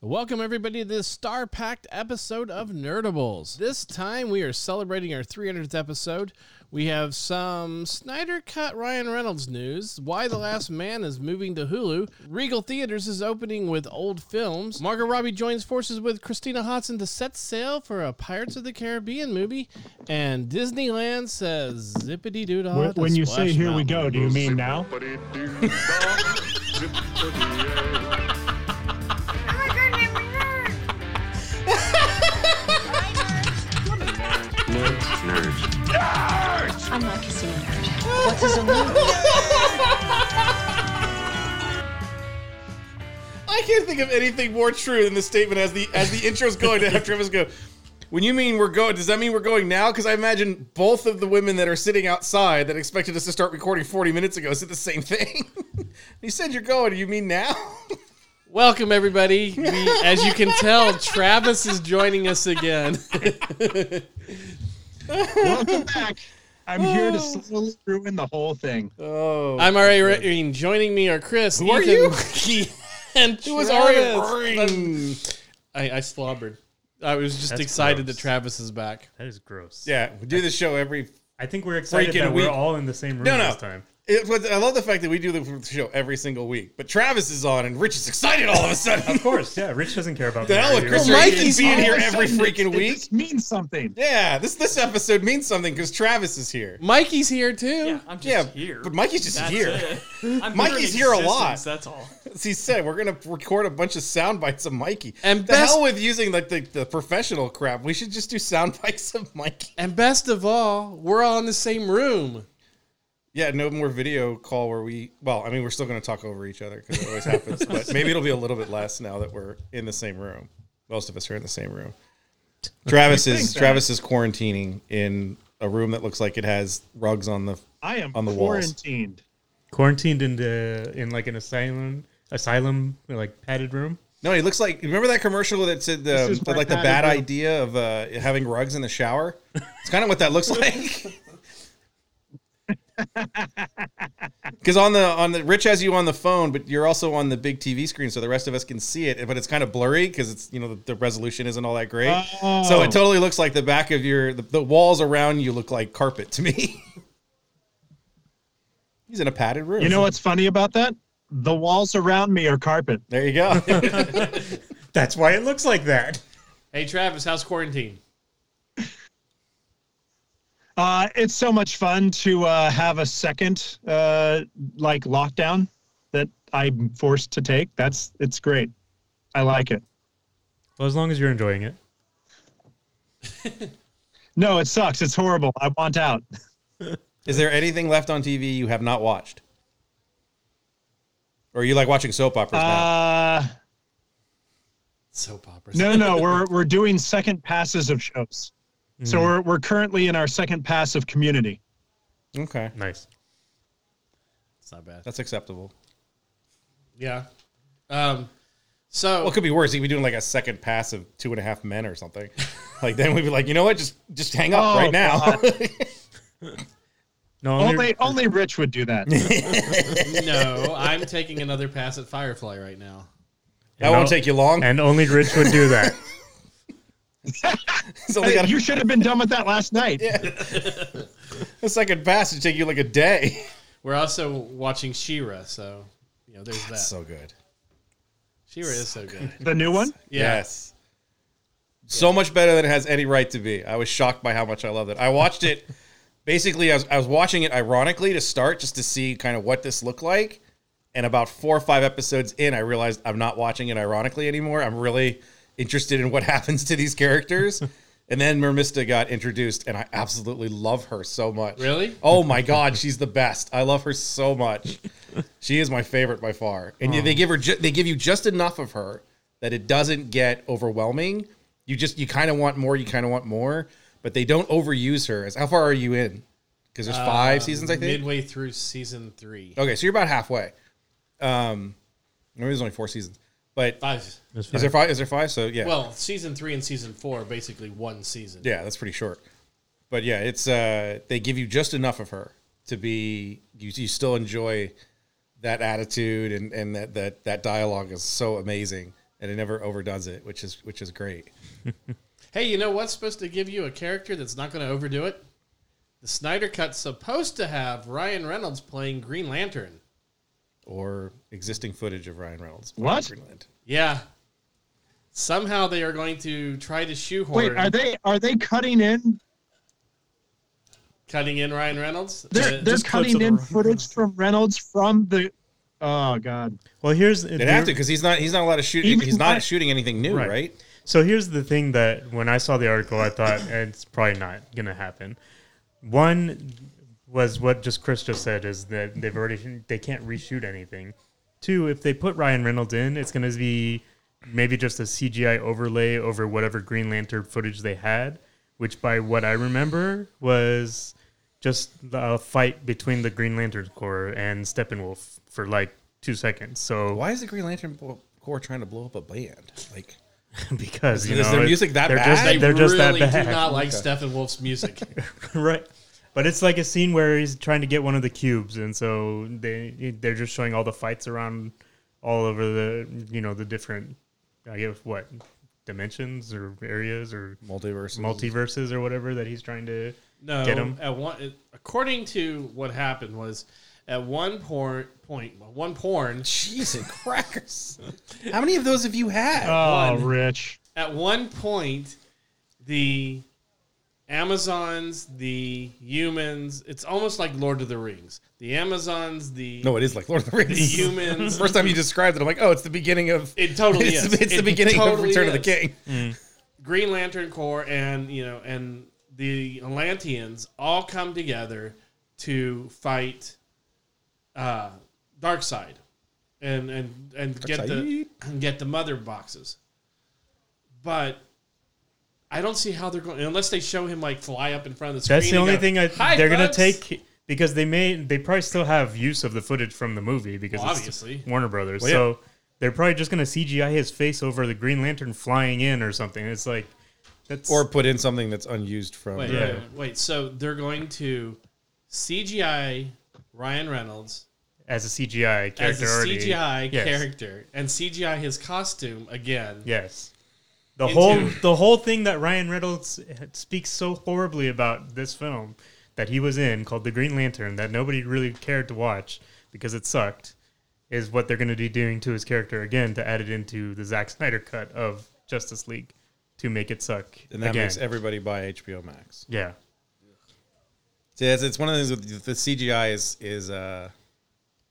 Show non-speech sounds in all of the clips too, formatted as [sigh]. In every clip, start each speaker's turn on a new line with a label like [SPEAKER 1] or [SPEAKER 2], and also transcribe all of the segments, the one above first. [SPEAKER 1] Welcome, everybody, to this star packed episode of Nerdables. This time we are celebrating our 300th episode. We have some Snyder Cut Ryan Reynolds news, Why the Last Man is moving to Hulu, Regal Theaters is opening with old films, Margot Robbie joins forces with Christina Hodson to set sail for a Pirates of the Caribbean movie, and Disneyland says zippity doo dah.
[SPEAKER 2] When,
[SPEAKER 1] to
[SPEAKER 2] when you
[SPEAKER 1] Splash
[SPEAKER 2] say here we
[SPEAKER 1] Mountain."
[SPEAKER 2] go, do you mean now?
[SPEAKER 3] Oh my god, my word!
[SPEAKER 4] I'm not kissing a nerd. What does a nerd?
[SPEAKER 5] I can't think of anything more true than the statement as the as the intro's going to [laughs] have Travis go. When you mean we're going, does that mean we're going now? Because I imagine both of the women that are sitting outside that expected us to start recording 40 minutes ago said the same thing. [laughs] you said you're going. You mean now?
[SPEAKER 1] Welcome, everybody. We, as you can tell, [laughs] Travis is joining us again.
[SPEAKER 2] Welcome back. [laughs] I'm here to slowly ruin the whole
[SPEAKER 5] [laughs]
[SPEAKER 2] thing.
[SPEAKER 5] [laughs] Oh,
[SPEAKER 1] I'm Ari Rain. Joining me are Chris. Who
[SPEAKER 5] are
[SPEAKER 1] [laughs]
[SPEAKER 5] you? [laughs]
[SPEAKER 1] and
[SPEAKER 5] it was
[SPEAKER 1] Travis.
[SPEAKER 5] already.
[SPEAKER 1] I, I slobbered. I was just
[SPEAKER 6] That's
[SPEAKER 1] excited
[SPEAKER 6] gross.
[SPEAKER 1] that Travis is back.
[SPEAKER 6] That is gross.
[SPEAKER 5] Yeah, we do this show every.
[SPEAKER 6] [laughs] I think we're excited
[SPEAKER 5] Freaking
[SPEAKER 6] that
[SPEAKER 5] weak.
[SPEAKER 6] we're all in the same room
[SPEAKER 5] No, no.
[SPEAKER 6] this time.
[SPEAKER 5] It was, I love the fact that we do the show every single week. But Travis is on, and Rich is excited all of a sudden.
[SPEAKER 6] Of course, yeah. Rich doesn't care about
[SPEAKER 5] The hell with
[SPEAKER 6] Mario.
[SPEAKER 5] Chris
[SPEAKER 1] Well,
[SPEAKER 5] Reagan
[SPEAKER 1] Mikey's
[SPEAKER 5] being here
[SPEAKER 2] All of a
[SPEAKER 5] every
[SPEAKER 2] sudden, it-
[SPEAKER 5] freaking
[SPEAKER 2] it
[SPEAKER 5] week.
[SPEAKER 2] just means something.
[SPEAKER 5] Yeah, this this episode means something because Travis is here.
[SPEAKER 1] Mikey's here too.
[SPEAKER 7] Yeah, [laughs] I'm just
[SPEAKER 5] Yeah,
[SPEAKER 7] here.
[SPEAKER 5] but Mikey's just
[SPEAKER 7] That's
[SPEAKER 5] here.
[SPEAKER 7] it. I'm
[SPEAKER 5] [laughs] Mikey's
[SPEAKER 7] in
[SPEAKER 5] here a
[SPEAKER 7] existence,
[SPEAKER 5] lot.
[SPEAKER 7] That's all.
[SPEAKER 5] As he said, we're gonna record a bunch of sound bites of Mikey.
[SPEAKER 1] And
[SPEAKER 5] the
[SPEAKER 1] best-
[SPEAKER 5] hell with using like the, the professional crap. We should just do sound [laughs] bites of Mikey.
[SPEAKER 1] And best of all, we're all in the same room.
[SPEAKER 5] Yeah, no more video call where we. Well, I mean, we're still gonna talk over each other because it
[SPEAKER 7] [laughs]
[SPEAKER 5] always happens. but maybe it'll be a little bit less now that we're in the same room. Most of us are in the same room. Travis is Travis is quarantining in a room that looks like it has rugs on the
[SPEAKER 2] I am
[SPEAKER 5] On the walls.
[SPEAKER 2] quarantined.
[SPEAKER 6] quarantined in the in like an asylum, asylum like padded room.
[SPEAKER 5] No, he looks like. Remember that commercial that said the
[SPEAKER 2] is
[SPEAKER 5] that,
[SPEAKER 2] my
[SPEAKER 5] like the
[SPEAKER 2] bad
[SPEAKER 5] bad
[SPEAKER 2] idea.
[SPEAKER 5] idea of uh, having rugs in the shower? It's kind of
[SPEAKER 2] [laughs]
[SPEAKER 5] what that looks like. Because on the on the Rich has you on the phone, but you're also on the big TV screen, so the rest of us can see it. But it's kind of blurry because it's you know the, the resolution isn't all that great. So
[SPEAKER 2] Oh.
[SPEAKER 5] it totally looks like the back of your the, the walls around you look like carpet to me. [laughs] He's in a padded room.
[SPEAKER 2] You know what's funny about that? The walls around me are carpet.
[SPEAKER 5] There you go.
[SPEAKER 6] That's why it looks like that.
[SPEAKER 1] Hey Travis, how's quarantine?
[SPEAKER 2] Uh, it's so much fun to uh, have a second uh, like lockdown that I'm forced to take. That's it's great. I like it.
[SPEAKER 6] Well, as long as you're enjoying it.
[SPEAKER 2] No, it sucks. It's horrible. I want out.
[SPEAKER 5] Is there anything left on TV you have not watched? Or are you like watching soap operas now?
[SPEAKER 2] Uh,
[SPEAKER 1] Soap operas.
[SPEAKER 2] No, no, we're we're doing second passes of shows. So
[SPEAKER 6] Mm-hmm.
[SPEAKER 2] we're we're currently in our second pass of community.
[SPEAKER 5] Okay.
[SPEAKER 6] Nice.
[SPEAKER 1] it's not bad.
[SPEAKER 5] That's acceptable.
[SPEAKER 1] Yeah. Um. So
[SPEAKER 5] Well, it could be worse. He'd be doing like a second pass of two and a half men or something. like then we'd be like, you know what? Just just hang up
[SPEAKER 2] Oh,
[SPEAKER 5] right now.
[SPEAKER 6] No,
[SPEAKER 5] Oh,
[SPEAKER 2] Only only Rich would do
[SPEAKER 6] [laughs]
[SPEAKER 2] that.
[SPEAKER 1] no, I'm taking another pass at Firefly right now.
[SPEAKER 5] [laughs] that won't take you long. [laughs]
[SPEAKER 6] And only Rich would do that.
[SPEAKER 5] It's only
[SPEAKER 2] Hey,
[SPEAKER 5] got a,
[SPEAKER 2] you should have been done with that last night.
[SPEAKER 5] a second pass would take you like a day.
[SPEAKER 1] We're also watching Shira, so you know there's that.
[SPEAKER 5] so good.
[SPEAKER 1] Shira is so good.
[SPEAKER 2] The new one?
[SPEAKER 1] Yeah.
[SPEAKER 5] Yes. So much better than it has any right to be. I was shocked by how much I loved it. I watched it basically, I was, I was watching it ironically to start just to see kind of what this looked like. And about four or five episodes in, I realized I'm not watching it ironically anymore. I'm really interested in what [laughs] happens to these characters. and then Mermista got introduced, and I absolutely love her so much.
[SPEAKER 1] Really?
[SPEAKER 5] Oh my God, she's the best. I love her so much. She is my favorite by far, and they give her ju- they give you just enough of her that it doesn't get overwhelming. You just you kind of want more, you kind of want more, but they don't overuse her. As how far are you in? Because there's five seasons, I think.
[SPEAKER 1] Midway through season three.
[SPEAKER 5] Okay, so you're about halfway. Um, maybe there's only four seasons, but
[SPEAKER 1] Five.
[SPEAKER 5] is there five? Is there five? So yeah,
[SPEAKER 1] Well, season three and season four are basically one season.
[SPEAKER 5] yeah, that's pretty short. But yeah, it's uh, they give you just enough of her to be you, you still enjoy that attitude and and that that that dialogue is so amazing. and it never overdoes it, which is which is great.
[SPEAKER 7] Hey, you know what's supposed to give you a character that's not going to overdo it? The Snyder Cut's supposed to have Ryan Reynolds playing Green Lantern.
[SPEAKER 5] Or existing footage of Ryan Reynolds.
[SPEAKER 2] What?
[SPEAKER 5] Greenland.
[SPEAKER 7] Yeah. Somehow they are going to try to shoehorn
[SPEAKER 2] Wait, are they are they cutting in?
[SPEAKER 7] cutting in Ryan Reynolds.
[SPEAKER 2] They're,
[SPEAKER 7] Uh,
[SPEAKER 2] they're
[SPEAKER 6] just clips
[SPEAKER 2] cutting
[SPEAKER 6] of
[SPEAKER 2] in
[SPEAKER 6] the-
[SPEAKER 2] footage from Reynolds from the. Oh God!
[SPEAKER 6] Well, here's
[SPEAKER 5] They'd have to because he's not he's not allowed to shoot.
[SPEAKER 2] Even
[SPEAKER 5] he's not
[SPEAKER 2] that-
[SPEAKER 5] shooting anything new, right?
[SPEAKER 6] Right. So here's the thing that when I saw the article, I thought "Eh, it's probably not going to happen. One was what just Chris just said is that they've already they can't reshoot anything. Two, if they put Ryan Reynolds in, it's going to be maybe just a CGI overlay over whatever Green Lantern footage they had, which by what I remember was just a fight between the Green Lantern Corps and Steppenwolf for like two seconds. So
[SPEAKER 5] Why is the Green Lantern Bo- Corps trying to blow up a band? Like
[SPEAKER 6] [laughs] because you
[SPEAKER 5] Is
[SPEAKER 6] know,
[SPEAKER 5] their
[SPEAKER 6] it-
[SPEAKER 5] music that
[SPEAKER 6] they're
[SPEAKER 5] bad?
[SPEAKER 6] Just,
[SPEAKER 7] they
[SPEAKER 6] they're just
[SPEAKER 7] really
[SPEAKER 6] that bad.
[SPEAKER 7] do not like Steppenwolf's music.
[SPEAKER 6] right but it's like a scene where he's trying to get one of the cubes and so they they're just showing all the fights around all over the you know the different i guess what dimensions or areas or
[SPEAKER 5] multiverse,
[SPEAKER 6] multiverses or whatever that he's trying to [laughs]
[SPEAKER 7] No,
[SPEAKER 6] Get 'em.
[SPEAKER 7] at one, it- according to what happened was at one por- point, one porn,
[SPEAKER 5] Cheese and [laughs] crackers. How many of those have you had?
[SPEAKER 2] Oh,
[SPEAKER 7] One.
[SPEAKER 2] Rich.
[SPEAKER 7] at one point, the Amazons, the humans, it's almost like Lord of the Rings. The Amazons, the,
[SPEAKER 5] no, it is like Lord of the
[SPEAKER 7] the
[SPEAKER 5] Rings.
[SPEAKER 7] humans.
[SPEAKER 5] First time you described it, I'm like, oh, it's the beginning of
[SPEAKER 7] It totally
[SPEAKER 5] [laughs] it's,
[SPEAKER 7] is.
[SPEAKER 5] it's the
[SPEAKER 7] It
[SPEAKER 5] beginning of
[SPEAKER 7] totally
[SPEAKER 5] Return of the
[SPEAKER 7] is.
[SPEAKER 5] King.
[SPEAKER 7] Green Lantern Corps and you know and the Atlanteans all come together to fight uh Darkseid and and and get the and get the mother boxes. But I don't see how they're going unless they show him like fly up in front of the screen.
[SPEAKER 6] that's the only thing I, they're
[SPEAKER 7] going
[SPEAKER 6] gonna take because they may they probably still have use of the footage from the movie because
[SPEAKER 7] Well,
[SPEAKER 6] it's
[SPEAKER 7] obviously.
[SPEAKER 6] Warner Brothers
[SPEAKER 5] Well, yeah.
[SPEAKER 6] so they're probably just gonna CGI his face over the Green Lantern flying in or something it's like that's
[SPEAKER 5] Or put in something that's unused from.
[SPEAKER 7] Wait,
[SPEAKER 6] Yeah.
[SPEAKER 7] wait, wait, wait. So they're going to CGI Ryan Reynolds
[SPEAKER 6] as a CGI character
[SPEAKER 7] as a
[SPEAKER 6] already.
[SPEAKER 7] CGI
[SPEAKER 6] Yes.
[SPEAKER 7] character and CGI his costume again.
[SPEAKER 6] Yes. The
[SPEAKER 7] Into-
[SPEAKER 6] whole the whole thing that Ryan Reynolds speaks so horribly about this film that he was in called The Green Lantern that nobody really cared to watch because it sucked is what they're going to be doing to his character again to add it into the Zack Snyder cut of Justice League to make it suck
[SPEAKER 5] And that
[SPEAKER 6] again.
[SPEAKER 5] makes everybody buy HBO Max.
[SPEAKER 6] yeah.
[SPEAKER 5] See, it's, it's one of the things with the CGI is is uh,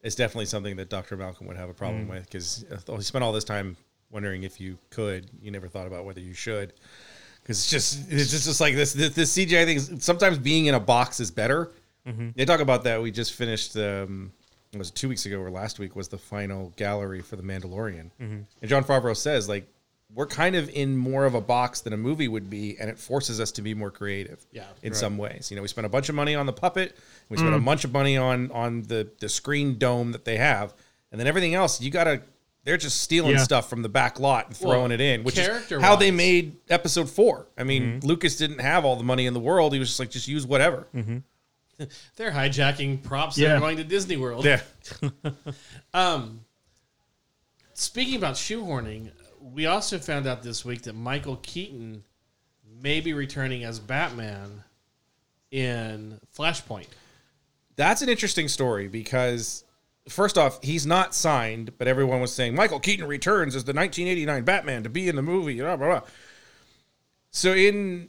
[SPEAKER 5] is definitely something that Dr. Malcolm would have a problem with because he spent all this time wondering if you could. You never thought about whether you should. Because it's just it's just, just like this, this this CGI thing. is- Sometimes being in a box is better. They talk about that. We just finished. Um, it was two weeks ago or last week was the final gallery for the Mandalorian, and John Favreau says like we're kind of in more of a box than a movie would be, and it forces us to be more creative.
[SPEAKER 7] Yeah.
[SPEAKER 5] in some ways, you know, we spent a bunch of money on the puppet, we spent a bunch of money on on the the screen dome that they have, and then everything else you gotta. They're just stealing
[SPEAKER 2] Yeah.
[SPEAKER 5] stuff from the back lot and throwing
[SPEAKER 7] Well,
[SPEAKER 5] it in, which is how
[SPEAKER 7] character-wise.
[SPEAKER 5] they made episode four. I mean, Lucas didn't have all the money in the world. He was just like, just use whatever.
[SPEAKER 7] They're hijacking props that
[SPEAKER 2] Yeah.
[SPEAKER 7] are going to Disney World.
[SPEAKER 5] Yeah.
[SPEAKER 7] Um, speaking about shoehorning, we also found out this week that Michael Keaton may be returning as Batman in Flashpoint.
[SPEAKER 5] That's an interesting story because first off, he's not signed, but everyone was saying Michael Keaton returns as the 1989 Batman to be in the movie. Blah, blah, blah. So in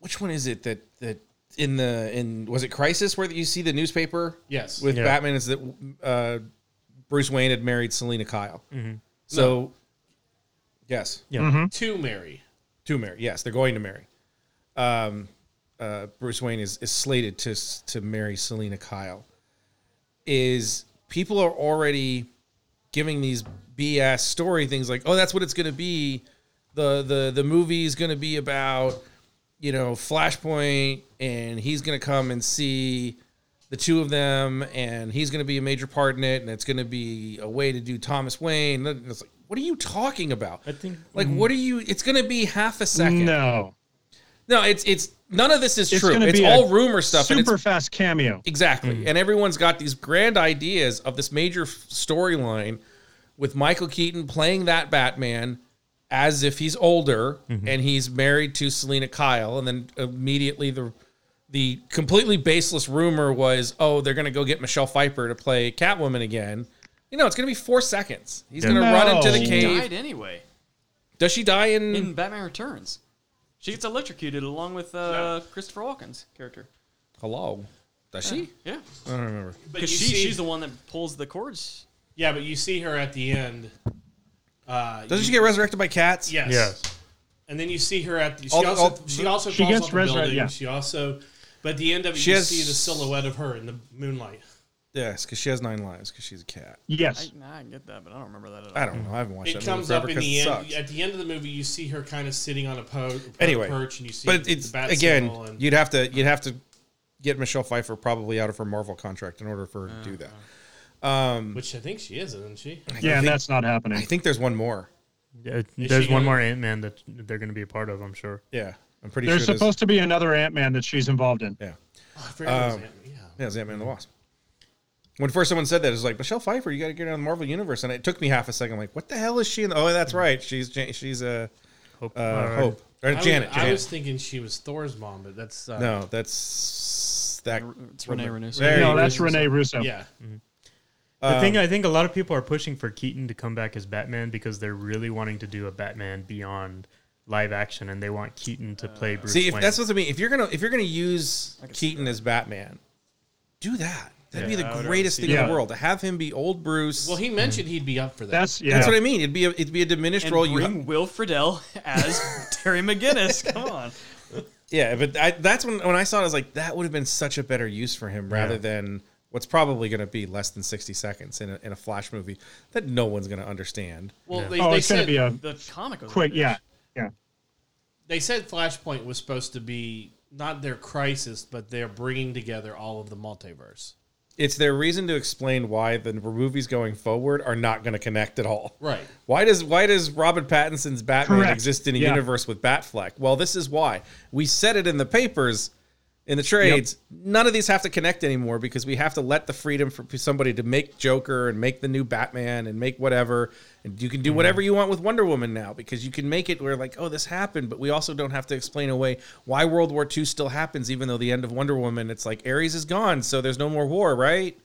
[SPEAKER 5] which one is it that that in the in was it Crisis where you see the newspaper
[SPEAKER 7] Yes.
[SPEAKER 5] with
[SPEAKER 6] Yeah.
[SPEAKER 5] Batman is that uh, Bruce Wayne had married Selena Kyle. So yes,
[SPEAKER 6] Mm-hmm. Yeah.
[SPEAKER 7] to Mary.
[SPEAKER 5] to marry. Yes, they're going to marry. Um, uh, Bruce Wayne is, is slated to s- to marry Selena Kyle. Is people are already giving these BS story things like, oh, that's what it's going to be. The the the movie is going to be about you know Flashpoint, and he's going to come and see the two of them, and he's going to be a major part in it, and it's going to be a way to do Thomas Wayne. And It's like, what are you talking about?
[SPEAKER 6] I think mm.
[SPEAKER 5] Like, what are you? It's going to be half a second. No,
[SPEAKER 2] No,
[SPEAKER 5] it's it's none of this is
[SPEAKER 2] It's
[SPEAKER 5] true.
[SPEAKER 2] gonna
[SPEAKER 5] It's
[SPEAKER 2] be
[SPEAKER 5] all
[SPEAKER 2] a
[SPEAKER 5] rumor stuff. and it's-
[SPEAKER 2] super fast cameo.
[SPEAKER 5] Hmm. exactly, and everyone's got these grand ideas of this major f- storyline with Michael Keaton playing that Batman as if he's older and he's married to Selena Kyle, and then immediately the the completely baseless rumor was, oh, they're gonna go get Michelle Pfeiffer to play Catwoman again. You know, it's gonna be four seconds. He's gonna
[SPEAKER 2] No.
[SPEAKER 5] run into the
[SPEAKER 2] She
[SPEAKER 8] She
[SPEAKER 5] cave.
[SPEAKER 8] died anyway
[SPEAKER 5] Does she die in?
[SPEAKER 8] in Batman Returns. She gets electrocuted along with uh, Christopher Walken's character.
[SPEAKER 5] Hello, does she?
[SPEAKER 8] Yeah,
[SPEAKER 5] I don't remember.
[SPEAKER 8] because she, she's the one that pulls the cords.
[SPEAKER 7] yeah, but you see her at the end. Uh,
[SPEAKER 5] Doesn't
[SPEAKER 7] you-
[SPEAKER 5] she get resurrected by cats?
[SPEAKER 7] Yes.
[SPEAKER 6] Yes.
[SPEAKER 7] And then you see her at the. She
[SPEAKER 5] All the-
[SPEAKER 7] also.
[SPEAKER 5] all-
[SPEAKER 7] she also.
[SPEAKER 2] She
[SPEAKER 7] falls
[SPEAKER 2] gets
[SPEAKER 7] off the
[SPEAKER 2] resurrected,
[SPEAKER 7] building.
[SPEAKER 2] yeah.
[SPEAKER 7] She also. But at the end of it,
[SPEAKER 5] She
[SPEAKER 7] you
[SPEAKER 5] has-
[SPEAKER 7] see the silhouette of her in the moonlight.
[SPEAKER 5] Yes, because she has nine lives because she's a cat.
[SPEAKER 2] Yes.
[SPEAKER 8] I, nah, I get that, but I don't remember that at all.
[SPEAKER 5] I don't know. I haven't watched
[SPEAKER 7] It
[SPEAKER 5] that
[SPEAKER 7] comes
[SPEAKER 5] movie forever
[SPEAKER 7] up in
[SPEAKER 5] 'cause
[SPEAKER 7] the
[SPEAKER 5] it
[SPEAKER 7] end.
[SPEAKER 5] sucks.
[SPEAKER 7] At the end of the movie, you see her kind of sitting on a po-
[SPEAKER 5] Anyway,
[SPEAKER 7] perch, and you see.
[SPEAKER 5] but it's
[SPEAKER 7] the bat
[SPEAKER 5] again,
[SPEAKER 7] symbol and-
[SPEAKER 5] you'd have to you'd have to get Michelle Pfeiffer probably out of her Marvel contract in order for her to do that.
[SPEAKER 6] Uh-huh.
[SPEAKER 7] which I think she is, isn't she?
[SPEAKER 2] Yeah, and
[SPEAKER 5] think-
[SPEAKER 2] that's not
[SPEAKER 5] I
[SPEAKER 2] happening.
[SPEAKER 5] think there's one more.
[SPEAKER 6] Yeah,
[SPEAKER 7] Is
[SPEAKER 6] there's
[SPEAKER 7] she
[SPEAKER 6] one
[SPEAKER 7] gonna-
[SPEAKER 6] more Ant Man that they're going to be a part of. I'm sure.
[SPEAKER 5] Yeah, I'm pretty
[SPEAKER 2] There's
[SPEAKER 5] sure.
[SPEAKER 2] supposed to be another Ant Man that she's involved in.
[SPEAKER 5] there's, yeah,
[SPEAKER 7] I forgot it
[SPEAKER 5] Mm.
[SPEAKER 7] was Ant-Man, yeah.
[SPEAKER 5] yeah, it's Ant Man and the Wasp. When first someone said that, it was like Michelle Pfeiffer. You got to get out of the Marvel universe, and it took me half a second. I'm like, what the hell is she? In the- oh, that's right. She's Jan- she's a
[SPEAKER 6] Mm-hmm. Hope.
[SPEAKER 5] uh,
[SPEAKER 6] or-
[SPEAKER 5] Hope or
[SPEAKER 7] I was-
[SPEAKER 5] Janet.
[SPEAKER 7] I
[SPEAKER 5] Janet.
[SPEAKER 7] was thinking she was Thor's mom, but that's uh,
[SPEAKER 5] no, that's that.
[SPEAKER 8] It's Renee Renuso.
[SPEAKER 5] Very-
[SPEAKER 2] No, that's Rene Russo.
[SPEAKER 7] Yeah,
[SPEAKER 6] The thing
[SPEAKER 5] Um,
[SPEAKER 6] I think a lot of people are pushing for Keaton to come back as Batman because they're really wanting to do a Batman Beyond live action, and they want Keaton to play Bruce
[SPEAKER 5] Uh, See, if
[SPEAKER 6] Wayne.
[SPEAKER 5] that's what I mean. If you're gonna if you're gonna use Keaton as Batman, do that. That'd be
[SPEAKER 8] I
[SPEAKER 5] the
[SPEAKER 8] would
[SPEAKER 5] greatest thing
[SPEAKER 2] see
[SPEAKER 5] in
[SPEAKER 2] that.
[SPEAKER 5] the world to have him be old Bruce.
[SPEAKER 7] Well, he mentioned he'd be up for that.
[SPEAKER 2] That's yeah.
[SPEAKER 5] That's what I mean. It'd be a, it'd be a diminished
[SPEAKER 8] And
[SPEAKER 5] role. You
[SPEAKER 8] bring Will Friedle [laughs] as Terry McGinnis. Come on.
[SPEAKER 5] yeah, but I, that's when when I saw it, I was like, that would have been such a better use for him rather
[SPEAKER 6] Yeah.
[SPEAKER 5] than what's probably gonna be less than sixty seconds in a, in a flash movie that no one's gonna understand.
[SPEAKER 7] Well, they,
[SPEAKER 2] Oh,
[SPEAKER 7] they
[SPEAKER 2] it's gonna
[SPEAKER 7] said
[SPEAKER 2] be a
[SPEAKER 8] The comic was
[SPEAKER 2] quick.
[SPEAKER 8] like
[SPEAKER 2] Yeah,
[SPEAKER 8] this.
[SPEAKER 2] yeah.
[SPEAKER 7] they said Flashpoint was supposed to be not their crisis, but they're bringing together all of the multiverse.
[SPEAKER 5] It's their reason to explain why the movies going forward are not going to connect at all.
[SPEAKER 7] Right.
[SPEAKER 5] Why does why does Robert Pattinson's Batman
[SPEAKER 2] Correct.
[SPEAKER 5] exist in a
[SPEAKER 2] Yeah.
[SPEAKER 5] universe with Batfleck? Well, this is why. We said it in the papers, in the trades. None of these have to connect anymore because we have to let the freedom for somebody to make Joker and make the new Batman and make whatever. And you can
[SPEAKER 2] Mm-hmm.
[SPEAKER 5] do whatever you want with Wonder Woman now because you can make it where like, oh, this happened, but we also don't have to explain away why World War II still happens, even though the end of Wonder Woman, it's like Ares is gone, so there's no more war, right?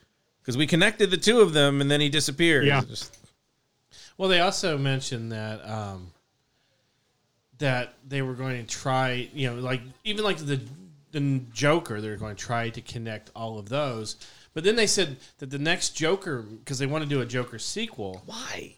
[SPEAKER 5] Because we connected the two of them and then he disappears.
[SPEAKER 2] Yeah.
[SPEAKER 5] It's just-
[SPEAKER 7] Well, they also mentioned that um, that they were going to try, you know, like even like the the Joker, they're going to try to connect all of those. But then they said that the next Joker, because they want to do a Joker sequel,
[SPEAKER 5] why?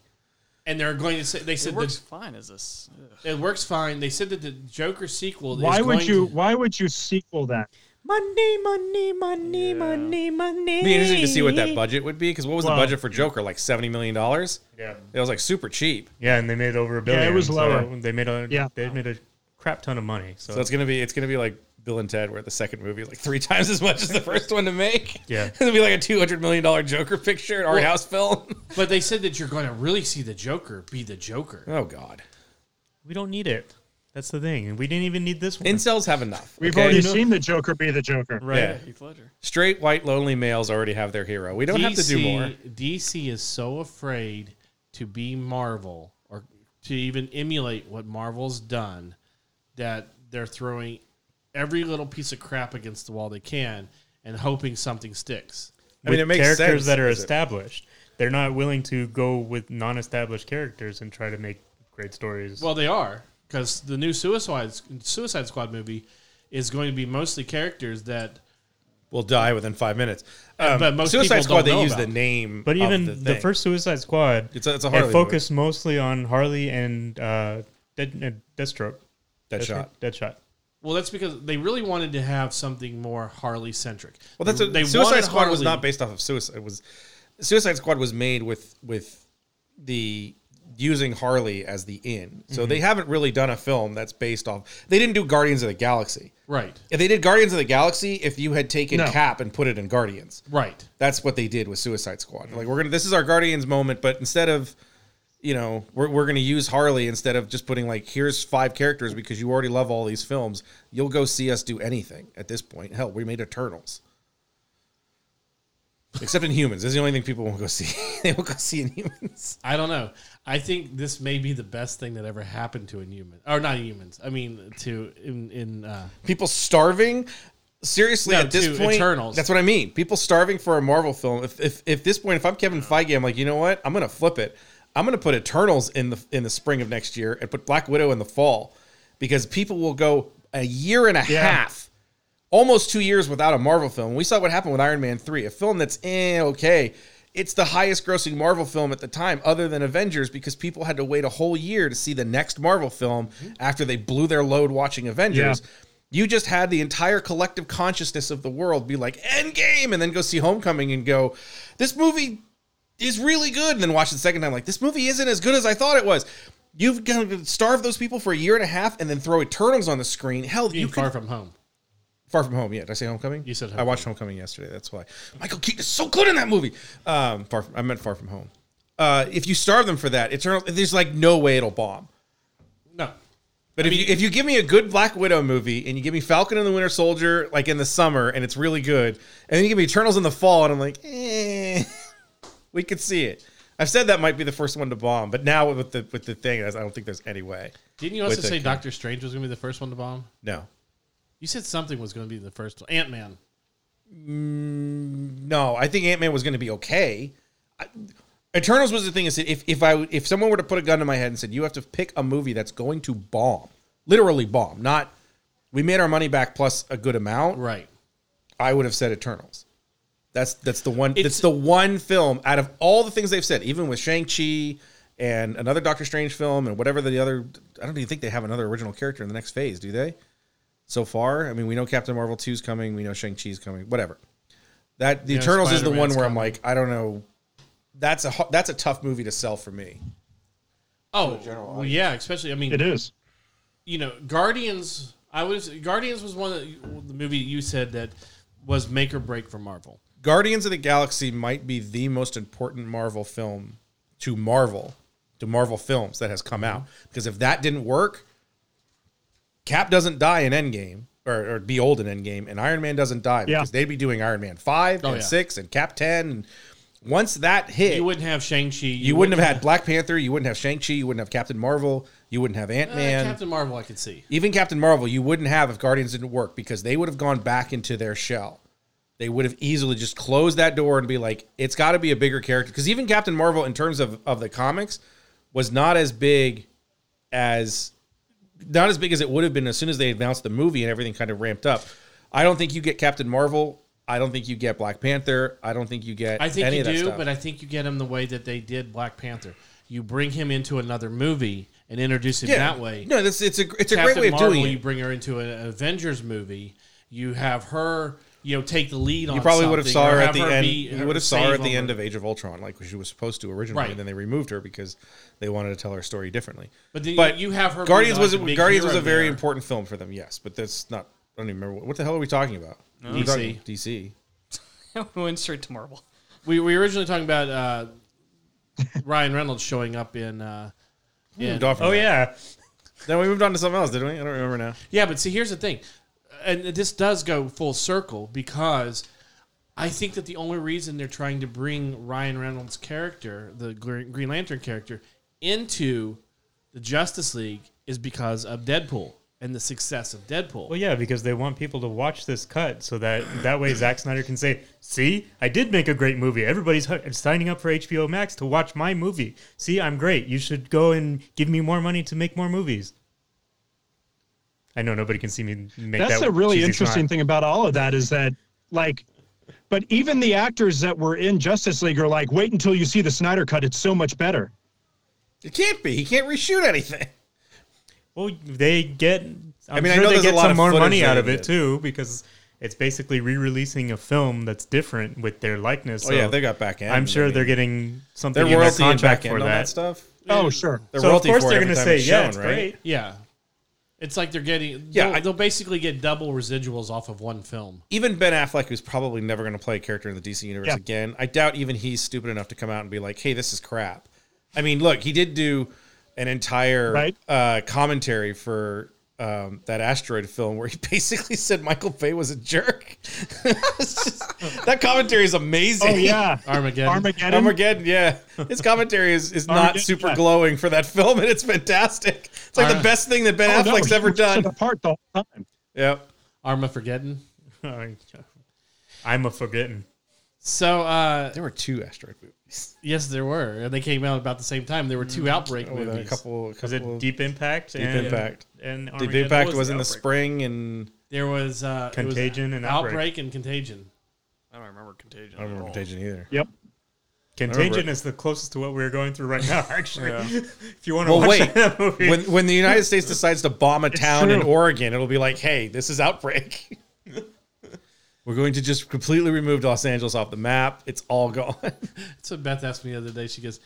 [SPEAKER 7] and they're going to say they
[SPEAKER 8] It
[SPEAKER 7] said
[SPEAKER 8] works
[SPEAKER 7] that
[SPEAKER 8] fine as this. Ugh.
[SPEAKER 7] it works fine. They said that the Joker sequel. is
[SPEAKER 2] Why would
[SPEAKER 7] going
[SPEAKER 2] you?
[SPEAKER 7] to-
[SPEAKER 2] Why would you sequel that?
[SPEAKER 6] money, money, money, money, money.
[SPEAKER 5] be interesting to see what that budget would be because what was
[SPEAKER 6] Well-
[SPEAKER 5] the budget for Joker? Like seventy million dollars.
[SPEAKER 6] Yeah.
[SPEAKER 5] It was like super cheap.
[SPEAKER 6] Yeah, and they made over a billion.
[SPEAKER 2] Yeah, it was
[SPEAKER 6] so
[SPEAKER 2] lower.
[SPEAKER 6] they made a
[SPEAKER 2] Yeah.
[SPEAKER 6] they made a crap ton of money. So,
[SPEAKER 5] So it's gonna be it's gonna be like Bill and Ted, where the second movie is like three [laughs] times as much as the first one to make. [laughs]
[SPEAKER 6] Yeah.
[SPEAKER 5] it'll be like a two hundred million dollar Joker picture, an art
[SPEAKER 7] Well-
[SPEAKER 5] house film. [laughs]
[SPEAKER 7] But they said that you're going to really see the Joker be the Joker.
[SPEAKER 5] oh God,
[SPEAKER 6] we don't need it. That's the thing, and we didn't even need this one.
[SPEAKER 5] incels have enough.
[SPEAKER 2] We've
[SPEAKER 5] okay?
[SPEAKER 2] already seen the Joker be the Joker.
[SPEAKER 6] right?
[SPEAKER 5] Yeah.
[SPEAKER 8] Heath Ledger. [laughs]
[SPEAKER 5] Straight white lonely males already have their hero. We don't have to do more.
[SPEAKER 7] DC is so afraid to be Marvel or to even emulate what Marvel's done that they're throwing every little piece of crap against the wall they can and hoping something sticks.
[SPEAKER 5] I mean,
[SPEAKER 6] with
[SPEAKER 5] it makes
[SPEAKER 6] characters
[SPEAKER 5] sense.
[SPEAKER 6] that are
[SPEAKER 5] Is it-
[SPEAKER 6] established. They're not willing to go with non-established characters and try to make great stories.
[SPEAKER 7] Well, they are because the new Suicide Suicide Squad movie is going to be mostly characters that
[SPEAKER 5] will die within five minutes. Um,
[SPEAKER 7] But most
[SPEAKER 5] Suicide
[SPEAKER 7] people
[SPEAKER 5] Squad,
[SPEAKER 7] don't know
[SPEAKER 5] they use
[SPEAKER 7] about.
[SPEAKER 5] the name.
[SPEAKER 6] but
[SPEAKER 5] of
[SPEAKER 6] even
[SPEAKER 5] the,
[SPEAKER 6] the,
[SPEAKER 5] thing.
[SPEAKER 6] first Suicide Squad,
[SPEAKER 5] It's a- it's a Harley
[SPEAKER 6] it
[SPEAKER 5] movie.
[SPEAKER 6] focused mostly on Harley and uh, Dead, uh, Deathstroke.
[SPEAKER 5] Deadshot.
[SPEAKER 6] Deadshot.
[SPEAKER 7] well, that's because they really wanted to have something more Harley centric.
[SPEAKER 5] Well, that's what
[SPEAKER 7] they
[SPEAKER 5] Suicide
[SPEAKER 7] wanted
[SPEAKER 5] Squad was
[SPEAKER 7] Harley-
[SPEAKER 5] not based off of Suicide. It was Suicide Squad was made with with the using Harley as the in. So
[SPEAKER 7] Mm-hmm.
[SPEAKER 5] they haven't really done a film that's based off. They didn't do Guardians of the Galaxy.
[SPEAKER 7] right,
[SPEAKER 5] If they did Guardians of the Galaxy, if you had taken
[SPEAKER 2] No.
[SPEAKER 5] Cap and put it in Guardians,
[SPEAKER 7] right.
[SPEAKER 5] that's what they did with Suicide Squad. Like we're gonna this is our Guardians moment, but instead of you know we're, we're gonna use Harley instead of just putting like here's five characters because you already love all these films. You'll go see us do anything at this point. Hell, we made Eternals. Except in humans. This is the only thing people won't go see. [laughs] they won't go see in humans.
[SPEAKER 1] I don't know. I think this may be the best thing that ever happened to inhumans, or not humans. I mean, to in in uh,
[SPEAKER 5] People starving. Seriously,
[SPEAKER 1] No,
[SPEAKER 5] at this
[SPEAKER 1] to
[SPEAKER 5] point,
[SPEAKER 1] Eternals.
[SPEAKER 5] that's what I mean. People starving for a Marvel film. If, if, if this point, if I'm Kevin Feige, I'm like, you know what? I'm gonna flip it. I'm gonna put Eternals in the in the spring of next year and put Black Widow in the fall because people will go a year and a
[SPEAKER 2] Yeah.
[SPEAKER 5] half, almost two years without a Marvel film. We saw what happened with Iron Man three, a film that's eh, okay. It's the highest grossing Marvel film at the time, other than Avengers, because people had to wait a whole year to see the next Marvel film after they blew their load watching Avengers.
[SPEAKER 2] Yeah.
[SPEAKER 5] You just had the entire collective consciousness of the world be like Endgame, and then go see Homecoming and go, this movie is really good. And then watch it the second time, like this movie isn't as good as I thought it was. You've got to starve those people for a year and a half, and then throw Eternals on the screen. Hell, you
[SPEAKER 1] being
[SPEAKER 5] could
[SPEAKER 1] far from home.
[SPEAKER 5] Far From Home. Yeah, did I say Homecoming?
[SPEAKER 1] You said
[SPEAKER 5] I watched Homecoming yesterday. That's why Michael Keaton is so good in that movie. Um, far from, I meant Far From Home. Uh, if you starve them for that, Eternal, there's like no way it'll bomb.
[SPEAKER 1] No,
[SPEAKER 5] But if, you, if you give me a good Black Widow movie and you give me Falcon and the Winter Soldier like in the summer and it's really good, and then you give me Eternals in the fall and I'm like, eh, we could see it. I've said that might be the first one to bomb, but now with the with the thing, I don't think there's any way.
[SPEAKER 1] didn't you also
[SPEAKER 5] With the-
[SPEAKER 1] say Doctor Strange was going to be the first one to bomb?
[SPEAKER 5] No,
[SPEAKER 1] You said something was going to be the first one. Ant Man.
[SPEAKER 5] no, I think Ant Man was going to be okay. I- Eternals was the thing. Is that if if I would- if someone were to put a gun to my head and said you have to pick a movie that's going to bomb, literally bomb, not we made our money back plus a good amount,
[SPEAKER 1] Right.
[SPEAKER 5] I would have said Eternals. That's that's the one.
[SPEAKER 1] It's-
[SPEAKER 5] that's the one film out of all the things they've said, even with Shang Chi and another Doctor Strange film and whatever the other. I don't even think they have another original character in the next phase, do they? So far, I mean, we know Captain Marvel 2's coming, we know Shang Chi's coming, whatever. That the
[SPEAKER 1] Yeah,
[SPEAKER 5] Eternals is the one
[SPEAKER 1] Spider-Man's
[SPEAKER 5] where I'm
[SPEAKER 1] coming.
[SPEAKER 5] like, I don't know. That's a hu- that's a tough movie to sell for me.
[SPEAKER 1] Oh, well, yeah. Especially, I mean,
[SPEAKER 2] It is.
[SPEAKER 1] you know, Guardians. I was Guardians was one of the, the movie you said that was make or break for Marvel.
[SPEAKER 5] Guardians of the Galaxy might be the most important Marvel film to Marvel, to Marvel films that has come out.
[SPEAKER 1] Mm-hmm.
[SPEAKER 5] Because if that didn't work, Cap doesn't die in Endgame or, or be old in Endgame, and Iron Man doesn't die
[SPEAKER 2] Yeah.
[SPEAKER 5] because they'd be doing Iron Man 5
[SPEAKER 1] Oh,
[SPEAKER 5] and
[SPEAKER 1] yeah.
[SPEAKER 5] 6 and Cap 10. And once that hit,
[SPEAKER 1] You
[SPEAKER 5] you,
[SPEAKER 1] wouldn't have Shang Chi. You,
[SPEAKER 5] wouldn't have had Black Panther, you wouldn't have Shang-Chi, you wouldn't have Captain Marvel, you wouldn't have Ant
[SPEAKER 1] Uh,
[SPEAKER 5] Man.
[SPEAKER 1] Captain Marvel. I could see.
[SPEAKER 5] Even Captain Marvel, you wouldn't have if Guardians didn't work because they would have gone back into their shell. They would have easily just closed that door and be like, it's got to be a bigger character. Because even Captain Marvel, in terms of, of the comics, was not as big as not as big as it would have been as soon as they announced the movie and everything kind of ramped up. I don't think you get Captain Marvel. I don't think you get Black Panther. I don't think you get.
[SPEAKER 1] I think
[SPEAKER 5] any
[SPEAKER 1] you
[SPEAKER 5] of that
[SPEAKER 1] do,
[SPEAKER 5] stuff.
[SPEAKER 1] but I think you get him the way that they did Black Panther. You bring him into another movie and introduce him
[SPEAKER 5] yeah,
[SPEAKER 1] that way.
[SPEAKER 5] No, that's it's a it's a
[SPEAKER 1] Captain
[SPEAKER 5] great way of
[SPEAKER 1] Marvel,
[SPEAKER 5] doing it.
[SPEAKER 1] you bring her into an Avengers movie. You have her, you know, take the lead on.
[SPEAKER 5] You probably would have
[SPEAKER 1] something,
[SPEAKER 5] saw
[SPEAKER 1] or
[SPEAKER 5] her at
[SPEAKER 1] have
[SPEAKER 5] the end.
[SPEAKER 1] be-
[SPEAKER 5] you would have saw her
[SPEAKER 1] save
[SPEAKER 5] at the
[SPEAKER 1] over-
[SPEAKER 5] end of Age of Ultron, like she was supposed to originally,
[SPEAKER 1] Right.
[SPEAKER 5] and then they removed her because they wanted to tell her story differently.
[SPEAKER 1] But then you have her. be
[SPEAKER 5] Guardians
[SPEAKER 1] like
[SPEAKER 5] was
[SPEAKER 1] the big
[SPEAKER 5] Guardians was
[SPEAKER 1] hero
[SPEAKER 5] a very
[SPEAKER 1] there.
[SPEAKER 5] important film for them, yes. But that's not. I don't even remember what, what the hell are we talking about. We're
[SPEAKER 1] DC.
[SPEAKER 5] talking- DC.
[SPEAKER 8] we went straight to Marvel.
[SPEAKER 1] We, we were originally talking about uh, Ryan Reynolds showing up in. Uh, in
[SPEAKER 5] Moved off from
[SPEAKER 6] Oh
[SPEAKER 5] that.
[SPEAKER 6] yeah,
[SPEAKER 5] Then we moved on to something else, didn't we? I don't remember now.
[SPEAKER 1] Yeah, but see, here's the thing, and this does go full circle because I think that the only reason they're trying to bring Ryan Reynolds' character, the Gre- Green Lantern character, into the Justice League is because of Deadpool and the success of Deadpool.
[SPEAKER 6] well yeah, because they want people to watch this cut so that that way Zack Snyder can say, "See, I did make a great movie. Everybody's hu- signing up for HBO Max to watch my movie. See, I'm great. You should go and give me more money to make more movies." I know nobody can see me make
[SPEAKER 2] That's
[SPEAKER 6] that
[SPEAKER 2] a really
[SPEAKER 6] cheesy
[SPEAKER 2] interesting
[SPEAKER 6] smile.
[SPEAKER 2] thing about all of that is that, like, but even the actors that were in Justice League are like, wait until you see the Snyder cut. It's so much better.
[SPEAKER 5] It can't be. He can't reshoot anything.
[SPEAKER 6] Well, they get. I'm
[SPEAKER 5] mean, I
[SPEAKER 6] sure
[SPEAKER 5] know
[SPEAKER 6] they
[SPEAKER 5] there's a
[SPEAKER 6] get
[SPEAKER 5] lot
[SPEAKER 6] some
[SPEAKER 5] of
[SPEAKER 6] more
[SPEAKER 5] footage
[SPEAKER 6] money
[SPEAKER 5] that
[SPEAKER 6] out
[SPEAKER 5] they
[SPEAKER 6] of it
[SPEAKER 5] did.
[SPEAKER 6] too because it's basically re-releasing a film that's different with their likeness.
[SPEAKER 5] oh yeah,
[SPEAKER 6] so
[SPEAKER 5] they got back end.
[SPEAKER 6] I'm sure
[SPEAKER 5] I mean,
[SPEAKER 6] they're getting something
[SPEAKER 5] their
[SPEAKER 6] in their
[SPEAKER 5] royalty and
[SPEAKER 6] contract
[SPEAKER 5] back end
[SPEAKER 6] for
[SPEAKER 5] on
[SPEAKER 6] that.
[SPEAKER 5] that. stuff.
[SPEAKER 2] Oh, sure.
[SPEAKER 5] Their
[SPEAKER 6] So of
[SPEAKER 5] royalty
[SPEAKER 6] course
[SPEAKER 5] for it
[SPEAKER 6] they're
[SPEAKER 5] every
[SPEAKER 6] going to
[SPEAKER 5] time
[SPEAKER 6] say,
[SPEAKER 5] it's
[SPEAKER 6] "Yeah,
[SPEAKER 5] shown,
[SPEAKER 6] it's
[SPEAKER 5] right?
[SPEAKER 6] great."
[SPEAKER 1] yeah, it's like they're getting
[SPEAKER 5] Yeah,
[SPEAKER 1] they'll,
[SPEAKER 5] I-
[SPEAKER 1] they'll basically get double residuals off of one film.
[SPEAKER 5] even Ben Affleck, who's probably never going to play a character in the DC universe
[SPEAKER 2] Yeah.
[SPEAKER 5] again, I doubt even he's stupid enough to come out and be like, "Hey, this is crap." I mean, look, he did do an entire
[SPEAKER 2] Right.
[SPEAKER 5] uh, commentary for um, that asteroid film where he [laughs] basically said Michael Bay was a jerk. [laughs] It's just- that commentary is amazing.
[SPEAKER 2] Oh yeah,
[SPEAKER 5] [laughs]
[SPEAKER 1] Armageddon.
[SPEAKER 2] Armageddon.
[SPEAKER 5] Armageddon, yeah. His commentary is, is not
[SPEAKER 2] Armageddon,
[SPEAKER 5] super
[SPEAKER 2] yeah.
[SPEAKER 5] glowing for that film, and it's fantastic. It's like
[SPEAKER 1] Ar-
[SPEAKER 5] the best thing that Ben
[SPEAKER 2] Oh, no,
[SPEAKER 5] Affleck's
[SPEAKER 2] he
[SPEAKER 5] ever
[SPEAKER 2] rips it
[SPEAKER 5] done.
[SPEAKER 2] Apart the whole time.
[SPEAKER 5] Yep.
[SPEAKER 1] Arma Forgetting.
[SPEAKER 6] [laughs] I'm a forgetting.
[SPEAKER 1] So uh,
[SPEAKER 5] There were two asteroid movies.
[SPEAKER 1] yes, there were. They came out about the same time. There were two outbreak
[SPEAKER 5] With Mm-hmm. Oh, a
[SPEAKER 1] movies.
[SPEAKER 5] couple, a couple
[SPEAKER 6] Was it Deep Impact? Deep
[SPEAKER 5] Impact.
[SPEAKER 6] And
[SPEAKER 5] Deep
[SPEAKER 6] Armageddon?
[SPEAKER 5] Impact
[SPEAKER 8] was
[SPEAKER 5] was
[SPEAKER 8] the
[SPEAKER 5] in the
[SPEAKER 8] outbreak?
[SPEAKER 5] spring, and
[SPEAKER 1] There was uh, it was
[SPEAKER 6] Contagion and
[SPEAKER 1] outbreak.
[SPEAKER 6] Outbreak.
[SPEAKER 1] and contagion.
[SPEAKER 8] I don't remember Contagion.
[SPEAKER 5] I don't remember Contagion either.
[SPEAKER 2] Yep.
[SPEAKER 6] Contagion
[SPEAKER 5] remember it.
[SPEAKER 6] is the closest to what we're going through right now, [laughs] actually. If you want to
[SPEAKER 5] Well,
[SPEAKER 6] watch
[SPEAKER 5] Oh, wait.
[SPEAKER 6] that movie.
[SPEAKER 5] When, when the United States decides to bomb a town in
[SPEAKER 2] true.
[SPEAKER 5] Oregon, it'll be like, hey, this is outbreak. We're going to just completely remove Los Angeles off the map. It's all gone.
[SPEAKER 1] That's what Beth asked me the other day. She goes,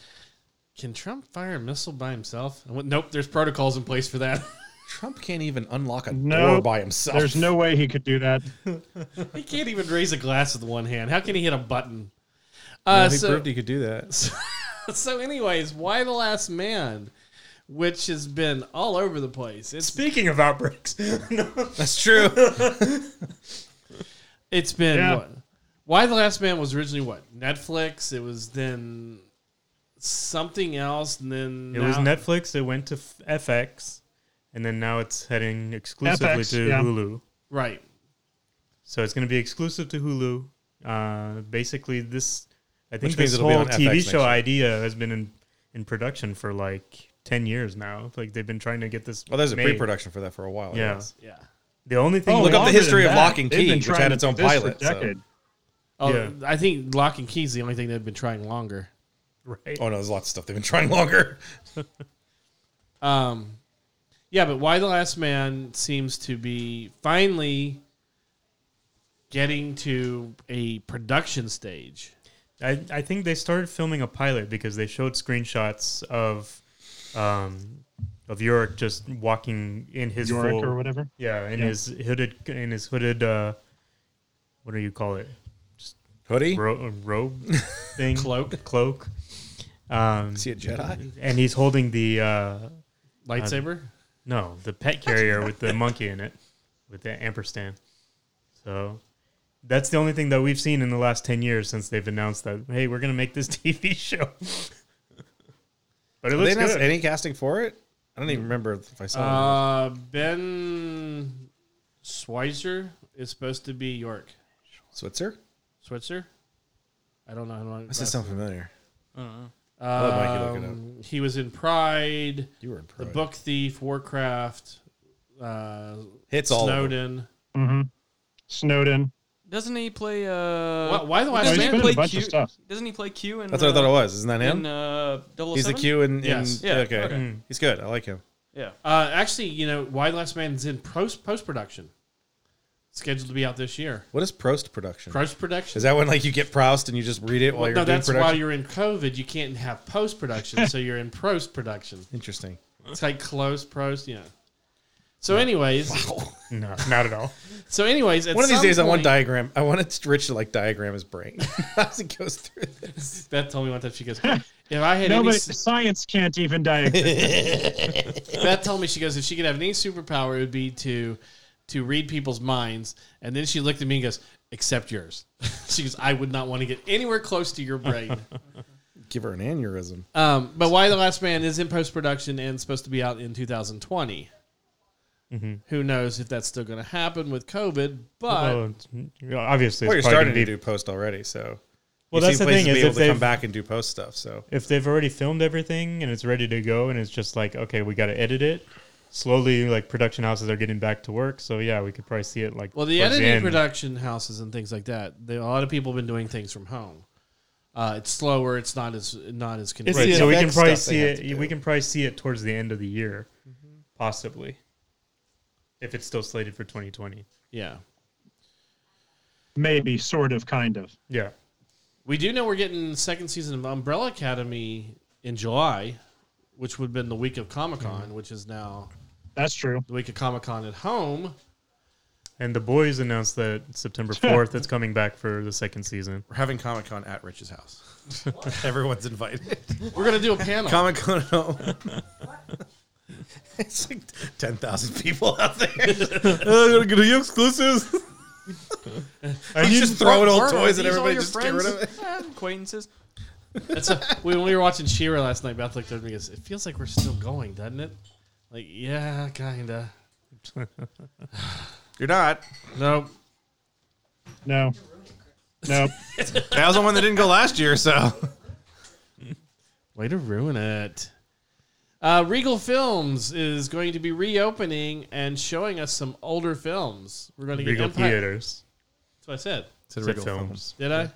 [SPEAKER 1] "Can Trump fire a missile by himself?" I went, "Nope. There's protocols in place for that.
[SPEAKER 5] Trump can't even unlock a
[SPEAKER 2] No,
[SPEAKER 5] door by himself.
[SPEAKER 2] There's no way he could do that.
[SPEAKER 1] he can't even raise a glass with one hand. How can he hit a button?" Uh,
[SPEAKER 5] he
[SPEAKER 1] so-
[SPEAKER 5] proved he could do that.
[SPEAKER 1] [laughs] so anyways why the last man which has been all over the place it's
[SPEAKER 6] Speaking of
[SPEAKER 5] [laughs]
[SPEAKER 6] outbreaks,
[SPEAKER 5] That's true.
[SPEAKER 1] it's been
[SPEAKER 2] Yeah.
[SPEAKER 1] what why the last man was originally what netflix it was then something else and then
[SPEAKER 6] it was
[SPEAKER 1] now-
[SPEAKER 6] Netflix. It went to F- FX, and then now it's heading exclusively
[SPEAKER 2] FX,
[SPEAKER 6] to
[SPEAKER 2] yeah.
[SPEAKER 6] Hulu.
[SPEAKER 1] right
[SPEAKER 6] So it's going to be exclusive to Hulu. Uh, basically, this I think
[SPEAKER 5] Which means
[SPEAKER 6] this
[SPEAKER 5] it'll be
[SPEAKER 6] whole
[SPEAKER 5] on FX
[SPEAKER 6] TV
[SPEAKER 5] next
[SPEAKER 6] show
[SPEAKER 5] year.
[SPEAKER 6] idea has been in, in production for like ten years now. Like they've been trying to get this.
[SPEAKER 5] Well, Oh, there's a
[SPEAKER 6] made.
[SPEAKER 5] pre-production for that for a while. I
[SPEAKER 6] Yeah.
[SPEAKER 5] guess.
[SPEAKER 1] yeah
[SPEAKER 6] The only thing
[SPEAKER 5] look up the
[SPEAKER 2] longer
[SPEAKER 5] history
[SPEAKER 2] than
[SPEAKER 5] of
[SPEAKER 2] that.
[SPEAKER 5] Lock and
[SPEAKER 2] They've
[SPEAKER 5] Key,
[SPEAKER 2] been
[SPEAKER 5] which
[SPEAKER 2] trying
[SPEAKER 5] had
[SPEAKER 2] to
[SPEAKER 5] its own
[SPEAKER 2] do this for
[SPEAKER 5] pilot, so-
[SPEAKER 2] decade.
[SPEAKER 1] oh
[SPEAKER 6] Yeah.
[SPEAKER 1] i think lock and key's the only thing they've been trying longer
[SPEAKER 6] right.
[SPEAKER 5] Oh no, there's lots of stuff they've been trying longer.
[SPEAKER 1] um yeah but why the last man seems to be finally getting to a production stage
[SPEAKER 6] I, I think they started filming a pilot because they showed screenshots of um, of Yorick just walking in his
[SPEAKER 2] Yorick
[SPEAKER 6] full,
[SPEAKER 2] or whatever.
[SPEAKER 6] yeah, in his hooded in his hooded uh, what do you call it
[SPEAKER 5] Hoodie,
[SPEAKER 6] Ro- robe uh, thing
[SPEAKER 1] Cloak.
[SPEAKER 6] cloak, um,
[SPEAKER 5] see a Jedi.
[SPEAKER 6] and he's holding the uh,
[SPEAKER 1] lightsaber
[SPEAKER 6] no the pet carrier with the monkey in it with the ampersand. So that's the only thing that we've seen in the last ten years since they've announced that hey we're gonna make this [laughs] TV show. but it
[SPEAKER 5] Did they
[SPEAKER 6] looks
[SPEAKER 5] announce
[SPEAKER 6] good.
[SPEAKER 5] any casting for it? I don't even remember if I saw. it.
[SPEAKER 1] Uh, ben Schweizer is supposed to be York.
[SPEAKER 5] Switzer.
[SPEAKER 1] Switzer? I don't know. I don't know.
[SPEAKER 5] This is sound familiar.
[SPEAKER 1] um,
[SPEAKER 5] I'll let Mikey look
[SPEAKER 1] He was in Pride,
[SPEAKER 5] You were in
[SPEAKER 1] The
[SPEAKER 5] Pride.
[SPEAKER 1] Book Thief, Warcraft, uh,
[SPEAKER 5] hits all. of them.
[SPEAKER 1] Snowden.
[SPEAKER 2] Snowden.
[SPEAKER 8] Doesn't he play? Uh,
[SPEAKER 1] Why, why the
[SPEAKER 2] Oh,
[SPEAKER 1] last
[SPEAKER 2] he's been
[SPEAKER 8] man
[SPEAKER 2] in
[SPEAKER 1] man?
[SPEAKER 2] a
[SPEAKER 8] played
[SPEAKER 2] bunch
[SPEAKER 8] Q-
[SPEAKER 2] of stuff.
[SPEAKER 8] Doesn't he play Q in?
[SPEAKER 5] That's what I
[SPEAKER 8] uh,
[SPEAKER 5] thought it was. Isn't that him?
[SPEAKER 8] In uh, 007?
[SPEAKER 5] He's the Q in. in
[SPEAKER 1] Yes.
[SPEAKER 8] Yeah,
[SPEAKER 5] Okay.
[SPEAKER 8] okay.
[SPEAKER 5] Mm. He's good. I like him.
[SPEAKER 8] Yeah.
[SPEAKER 1] Uh, actually, you know, Why the Last Man's in post post production. Scheduled to be out this year.
[SPEAKER 5] What is Prost production?
[SPEAKER 1] Post production.
[SPEAKER 5] Is that when like you get Proust and you just read it while
[SPEAKER 1] Well,
[SPEAKER 5] you're
[SPEAKER 1] no,
[SPEAKER 5] doing
[SPEAKER 1] that's
[SPEAKER 5] production?
[SPEAKER 1] while you're in COVID. You can't have post production, so you're in post production.
[SPEAKER 5] [laughs] Interesting.
[SPEAKER 1] It's like close pros, yeah. So, anyways,
[SPEAKER 6] No, not at all.
[SPEAKER 1] so anyways,
[SPEAKER 5] One of these days, I want diagram. I want Rich to like diagram his brain [laughs] as he goes through this.
[SPEAKER 1] Beth told me one time she goes, "If I had any,"
[SPEAKER 2] Nobody. Science can't
[SPEAKER 5] [laughs]
[SPEAKER 2] even diagnose.
[SPEAKER 1] Beth told me she goes, "If she could have any superpower, it would be to to read people's minds." And then she looked at me and goes, "Except yours." [laughs] she goes, "I would not want to get anywhere close to your
[SPEAKER 5] [laughs]
[SPEAKER 1] brain."
[SPEAKER 5] Give her an aneurysm.
[SPEAKER 1] um, but why the last man is in post production and supposed to be out in 2020.
[SPEAKER 5] Mm-hmm.
[SPEAKER 1] Who knows if that's still going to happen with COVID? But
[SPEAKER 6] Well, it's- you know, obviously,
[SPEAKER 5] Well, you're
[SPEAKER 6] it's probably
[SPEAKER 5] starting
[SPEAKER 6] gonna
[SPEAKER 5] to
[SPEAKER 6] be,
[SPEAKER 5] do post already, so
[SPEAKER 6] well,
[SPEAKER 5] you
[SPEAKER 6] that's
[SPEAKER 5] see
[SPEAKER 6] the
[SPEAKER 5] places
[SPEAKER 6] thing is
[SPEAKER 5] be
[SPEAKER 6] if
[SPEAKER 5] able to
[SPEAKER 6] they've
[SPEAKER 5] come back and do post stuff. So
[SPEAKER 6] if they've already filmed everything and it's ready to go and it's just like okay, we got to edit it. Slowly, like production houses are getting back to work, so yeah, we could probably see it like
[SPEAKER 1] Well, the
[SPEAKER 6] towards
[SPEAKER 1] editing
[SPEAKER 6] end.
[SPEAKER 1] production houses and things like that, they, a lot of people have been doing things from home. Uh, it's slower. It's not as not as
[SPEAKER 5] It's
[SPEAKER 1] convenient.
[SPEAKER 6] Right,
[SPEAKER 5] the
[SPEAKER 6] so we can
[SPEAKER 5] effects
[SPEAKER 6] probably
[SPEAKER 5] stuff they
[SPEAKER 6] see
[SPEAKER 5] have to
[SPEAKER 6] it. We
[SPEAKER 5] do.
[SPEAKER 6] can probably see it towards the end of the year,
[SPEAKER 5] Mm-hmm.
[SPEAKER 6] possibly, if it's still slated for 2020.
[SPEAKER 1] Yeah,
[SPEAKER 2] Maybe, sort of, kind of.
[SPEAKER 6] Yeah,
[SPEAKER 1] we do know we're getting the second season of Umbrella Academy in July, which would have been the week of Comic Con, which is now
[SPEAKER 2] That's true.
[SPEAKER 1] the week of Comic Con at home.
[SPEAKER 6] and the boys announced that September [laughs] 4th it's coming back for the second season.
[SPEAKER 5] we're having Comic Con at Rich's house. Everyone's invited.
[SPEAKER 1] We're gonna do a panel.
[SPEAKER 5] Comic Con at home. It's like 10,000 people out there. I'm going to get you exclusives.
[SPEAKER 6] I
[SPEAKER 5] He's
[SPEAKER 6] need
[SPEAKER 5] just throwing old
[SPEAKER 8] Aren't
[SPEAKER 5] toys at
[SPEAKER 8] these all
[SPEAKER 5] everybody
[SPEAKER 8] your
[SPEAKER 5] just get rid of it.
[SPEAKER 8] friends? Eh, acquaintances.
[SPEAKER 7] That's a, when we were watching Shira last night. Beth looked at me because it feels like we're still going, doesn't it? Like, yeah, kinda.
[SPEAKER 5] You're not.
[SPEAKER 7] Nope.
[SPEAKER 2] No. No.
[SPEAKER 5] [laughs] That was the one that didn't go last year, so.
[SPEAKER 7] Way to ruin it. Uh, Regal Films is going to be reopening and showing us some older films. We're going to get
[SPEAKER 6] Regal
[SPEAKER 7] Empire.
[SPEAKER 6] Theaters.
[SPEAKER 7] That's what I said.
[SPEAKER 6] Said
[SPEAKER 5] Regal
[SPEAKER 6] films.
[SPEAKER 7] Did I?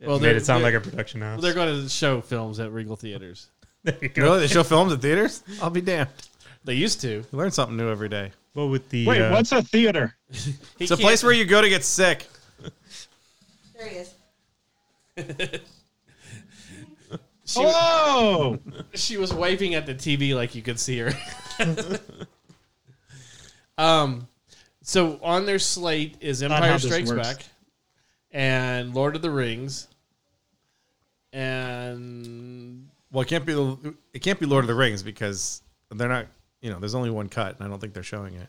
[SPEAKER 6] Made it sound
[SPEAKER 7] they're-
[SPEAKER 6] like a production house.
[SPEAKER 7] they're going to show films at Regal theaters.
[SPEAKER 6] There you go.
[SPEAKER 5] Really? They show films at theaters? I'll be damned.
[SPEAKER 7] They used to.
[SPEAKER 5] You learn something new every day.
[SPEAKER 6] Well, with the
[SPEAKER 2] Wait,
[SPEAKER 6] uh,
[SPEAKER 2] what's a theater?
[SPEAKER 7] He
[SPEAKER 5] It's a
[SPEAKER 7] can't-
[SPEAKER 5] place where you go to get sick.
[SPEAKER 9] There he is.
[SPEAKER 7] she,
[SPEAKER 2] Hello.
[SPEAKER 7] she was waving at the TV like you could see her. [laughs] um, so on their slate is
[SPEAKER 2] how
[SPEAKER 7] Empire
[SPEAKER 2] this
[SPEAKER 7] Strikes
[SPEAKER 2] works.
[SPEAKER 7] Back and Lord of the Rings and
[SPEAKER 5] Well, it can't be the it can't be Lord of the Rings because they're not. You know, there's only one cut, and I don't think they're showing it.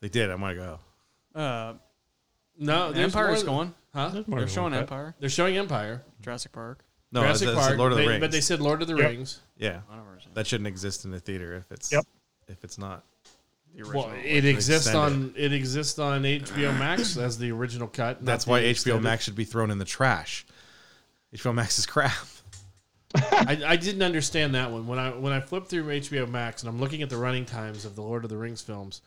[SPEAKER 5] They did. I'm like, oh,
[SPEAKER 8] Uh,
[SPEAKER 7] no, there's
[SPEAKER 8] Empire's
[SPEAKER 7] more-
[SPEAKER 8] going.
[SPEAKER 7] Huh?
[SPEAKER 6] more
[SPEAKER 8] They're
[SPEAKER 6] than
[SPEAKER 8] showing
[SPEAKER 6] one cut.
[SPEAKER 8] Empire,
[SPEAKER 7] They're showing Empire,
[SPEAKER 8] Jurassic Park.
[SPEAKER 5] no, it's,
[SPEAKER 7] Jurassic
[SPEAKER 5] it's
[SPEAKER 7] Park,
[SPEAKER 5] Oh, Lord of the
[SPEAKER 7] they-
[SPEAKER 5] Rings.
[SPEAKER 7] but they said Lord of the
[SPEAKER 2] Yep.
[SPEAKER 7] Rings.
[SPEAKER 5] yeah,
[SPEAKER 8] I don't understand.
[SPEAKER 5] that shouldn't exist in the theater if it's
[SPEAKER 2] Yep.
[SPEAKER 5] if it's not.
[SPEAKER 8] The
[SPEAKER 7] Well,
[SPEAKER 8] original.
[SPEAKER 7] it exists on
[SPEAKER 5] extended.
[SPEAKER 7] it exists on HBO Max as the original cut. not
[SPEAKER 5] That's
[SPEAKER 7] the
[SPEAKER 5] why HBO
[SPEAKER 7] extended.
[SPEAKER 5] Max should be thrown in the trash. HBO Max is crap.
[SPEAKER 7] I, I didn't understand that one when I when I flipped through HBO Max and I'm looking at the running times of the Lord of the Rings films,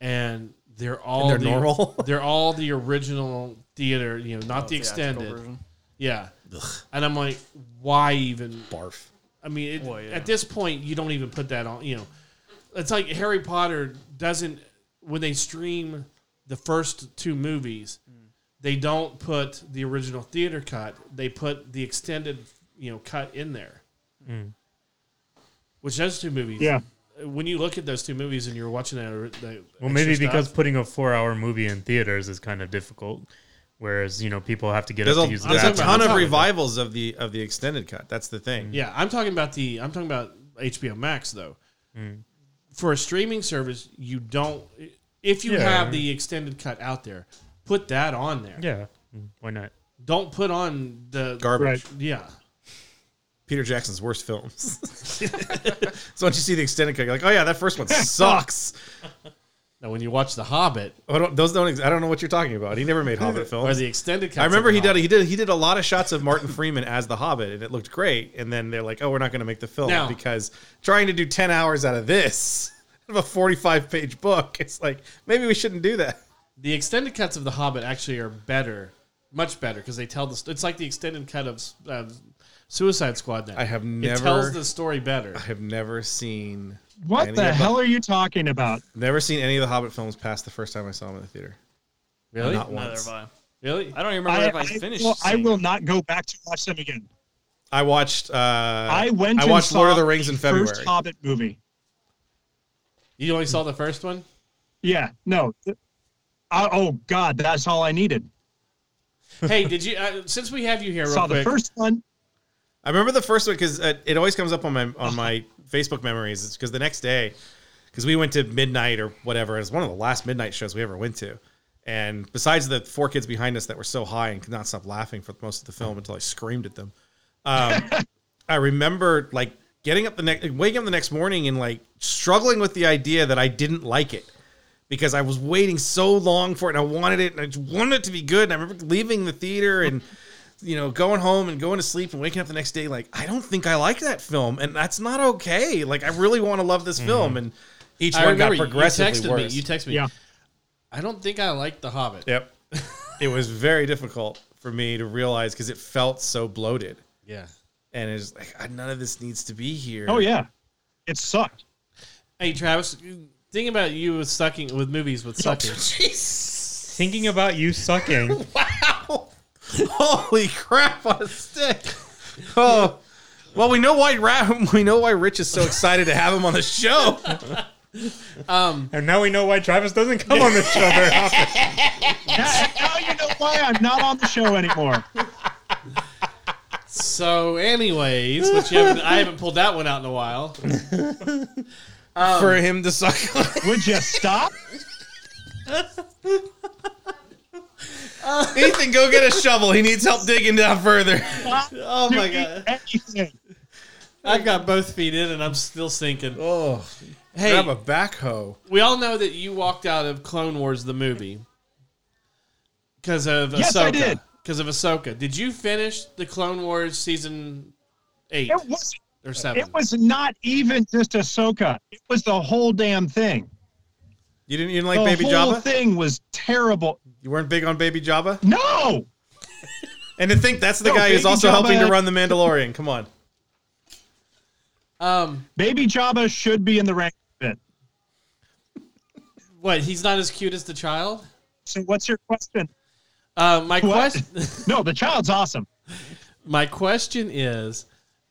[SPEAKER 7] and they're all
[SPEAKER 5] they're
[SPEAKER 7] the,
[SPEAKER 5] normal?
[SPEAKER 7] [laughs] They're all the original theater, you know, not the
[SPEAKER 8] Oh, theatrical
[SPEAKER 7] extended.
[SPEAKER 8] version.
[SPEAKER 7] Yeah, and I'm like, why even?
[SPEAKER 5] Barf.
[SPEAKER 7] I mean, it,
[SPEAKER 8] Well, yeah.
[SPEAKER 7] at this point, you don't even put that on. You know, it's like Harry Potter doesn't when they stream the first two movies, they don't put the original theater cut. They put the extended, you know, cut in there.
[SPEAKER 6] Mm.
[SPEAKER 7] Which those two movies,
[SPEAKER 2] Yeah.
[SPEAKER 7] When you look at those two movies and you're watching that, that
[SPEAKER 6] [laughs] Well,
[SPEAKER 7] extra
[SPEAKER 6] maybe because
[SPEAKER 7] stuff-
[SPEAKER 6] putting a four-hour movie in theaters is kind of difficult, whereas you know people have to get
[SPEAKER 5] There's
[SPEAKER 6] up
[SPEAKER 5] a,
[SPEAKER 6] to use the
[SPEAKER 5] there's a
[SPEAKER 7] talking
[SPEAKER 6] bathroom.
[SPEAKER 7] about-
[SPEAKER 5] ton
[SPEAKER 7] I'm talking
[SPEAKER 5] of
[SPEAKER 7] about-
[SPEAKER 5] revivals of the of the extended cut. That's the thing.
[SPEAKER 7] yeah, I'm talking about the I'm talking about HBO Max though. For a streaming service, you don't if you
[SPEAKER 6] Yeah.
[SPEAKER 7] have the extended cut out there, put that on there.
[SPEAKER 6] Yeah, Mm, why not?
[SPEAKER 7] don't put on the
[SPEAKER 5] Garbage.
[SPEAKER 2] Right.
[SPEAKER 7] yeah
[SPEAKER 5] Peter Jackson's worst [laughs] films. so once you see the extended cut, you're like, oh yeah, that first one [laughs] sucks.
[SPEAKER 7] now when you watch the hobbit
[SPEAKER 5] I don't, those don't. Ex- I don't know what you're talking about. He [laughs] never made Hobbit
[SPEAKER 7] or
[SPEAKER 5] films.
[SPEAKER 7] the extended cut
[SPEAKER 5] Oh. I remember he did. He did. He did a lot of shots of [laughs] Martin Freeman as the Hobbit, and it looked great. And then they're like, "Oh, we're not going to make the film
[SPEAKER 7] Now-
[SPEAKER 5] because trying to do ten hours out of this, [laughs] out of a forty-five page book, it's like maybe we shouldn't do that."
[SPEAKER 7] the extended cuts of the hobbit actually are better much better because they tell the st- it's like the extended cut of uh, suicide squad now
[SPEAKER 5] I have
[SPEAKER 7] it
[SPEAKER 5] never-
[SPEAKER 7] tells the story better
[SPEAKER 5] I have never seen
[SPEAKER 2] What
[SPEAKER 5] Any
[SPEAKER 2] the
[SPEAKER 5] of
[SPEAKER 2] hell are you talking about?
[SPEAKER 5] never seen any of the Hobbit films past the first time I saw them in the theater.
[SPEAKER 7] really
[SPEAKER 5] Not
[SPEAKER 8] Neither
[SPEAKER 5] once.
[SPEAKER 8] have I.
[SPEAKER 7] really
[SPEAKER 8] I don't even remember
[SPEAKER 2] I,
[SPEAKER 8] if I,
[SPEAKER 2] I
[SPEAKER 8] finished.
[SPEAKER 2] will, I
[SPEAKER 8] seeing
[SPEAKER 2] will
[SPEAKER 8] it.
[SPEAKER 2] not go back to watch them again.
[SPEAKER 5] I watched. Uh,
[SPEAKER 2] I
[SPEAKER 5] I
[SPEAKER 2] went.
[SPEAKER 5] I
[SPEAKER 2] and
[SPEAKER 5] watched
[SPEAKER 2] saw
[SPEAKER 5] Lord of the Rings in
[SPEAKER 2] First
[SPEAKER 5] February.
[SPEAKER 2] Hobbit movie.
[SPEAKER 7] you only saw the first
[SPEAKER 5] [laughs]
[SPEAKER 7] one
[SPEAKER 2] Yeah. No. I, oh God, that's all I needed.
[SPEAKER 7] hey did you uh, since we have you here real
[SPEAKER 2] Saw the
[SPEAKER 7] quick
[SPEAKER 2] first one.
[SPEAKER 5] I remember the first one because uh, it always comes up on my on my Facebook memories. It's because the next day, because we went to midnight or whatever. It was one of the last midnight shows we ever went to. And besides the four kids behind us that were so high and could not stop laughing for most of the film until I screamed at them, um, I remember like getting up the next, waking up the next morning and like struggling with the idea that I didn't like it because I was waiting so long for it and I wanted it and I just wanted it to be good. And I remember leaving the theater and [laughs] you know going home and going to sleep and waking up the next day like I don't think I like that film and that's not okay. Like I really want to love this film and Mm-hmm. each
[SPEAKER 7] I
[SPEAKER 5] one got
[SPEAKER 7] remember you- you
[SPEAKER 5] progressively
[SPEAKER 7] texted
[SPEAKER 5] worse.
[SPEAKER 7] me you texted me
[SPEAKER 2] Yeah.
[SPEAKER 7] I don't think I like the hobbit
[SPEAKER 5] yep, it was very difficult for me to realize because it felt so bloated
[SPEAKER 7] yeah
[SPEAKER 5] and it's like "Ah, none of this needs to be here.
[SPEAKER 2] [laughs] Oh yeah, it sucked. [laughs]
[SPEAKER 7] hey Travis think about you with sucking with movies with sucking
[SPEAKER 6] Thinking about you sucking.
[SPEAKER 5] [laughs] Wow. Holy crap on a stick. Oh. Well, we know why Ra- [laughs] we know why Rich is so excited to have him on the show.
[SPEAKER 6] and now we know why Travis doesn't come on
[SPEAKER 5] [laughs]
[SPEAKER 6] the show very often.
[SPEAKER 2] now, now you know why I'm not on the show anymore.
[SPEAKER 7] So, anyways, which you haven't, I haven't pulled that one out in a while.
[SPEAKER 5] for him to suck. [laughs] on.
[SPEAKER 2] Would you
[SPEAKER 5] [laughs]
[SPEAKER 2] stop?
[SPEAKER 5] Ethan, go get a shovel. He needs help digging down further.
[SPEAKER 7] Oh
[SPEAKER 2] [laughs]
[SPEAKER 7] my
[SPEAKER 5] uh,
[SPEAKER 7] god,
[SPEAKER 2] Anything.
[SPEAKER 7] I've got both feet in and I'm still sinking.
[SPEAKER 5] Oh,
[SPEAKER 7] Hey,
[SPEAKER 5] grab a backhoe.
[SPEAKER 7] we all know that you walked out of Clone Wars the movie because of
[SPEAKER 2] Yes, I
[SPEAKER 7] Ahsoka.
[SPEAKER 2] did.
[SPEAKER 7] Because of Ahsoka, did you finish the Clone Wars season eight
[SPEAKER 2] It was
[SPEAKER 7] or seven?
[SPEAKER 2] it was not even just Ahsoka. It was the whole damn thing.
[SPEAKER 5] You didn't, you didn't like
[SPEAKER 2] the
[SPEAKER 5] Baby
[SPEAKER 2] whole
[SPEAKER 5] Java?
[SPEAKER 2] thing was terrible.
[SPEAKER 5] You weren't big on Baby Java?
[SPEAKER 2] No,
[SPEAKER 5] And to think that's the
[SPEAKER 2] No,
[SPEAKER 5] guy who's
[SPEAKER 2] Baby
[SPEAKER 5] also
[SPEAKER 2] Jabba-
[SPEAKER 5] helping to run The Mandalorian. Come on.
[SPEAKER 7] um,
[SPEAKER 2] Baby Jabba should be in the rank fit.
[SPEAKER 7] what? He's not as cute as the child.
[SPEAKER 2] So what's your question?
[SPEAKER 7] Uh, my
[SPEAKER 2] What?
[SPEAKER 7] question.
[SPEAKER 2] [laughs] no, the child's awesome.
[SPEAKER 7] My question is,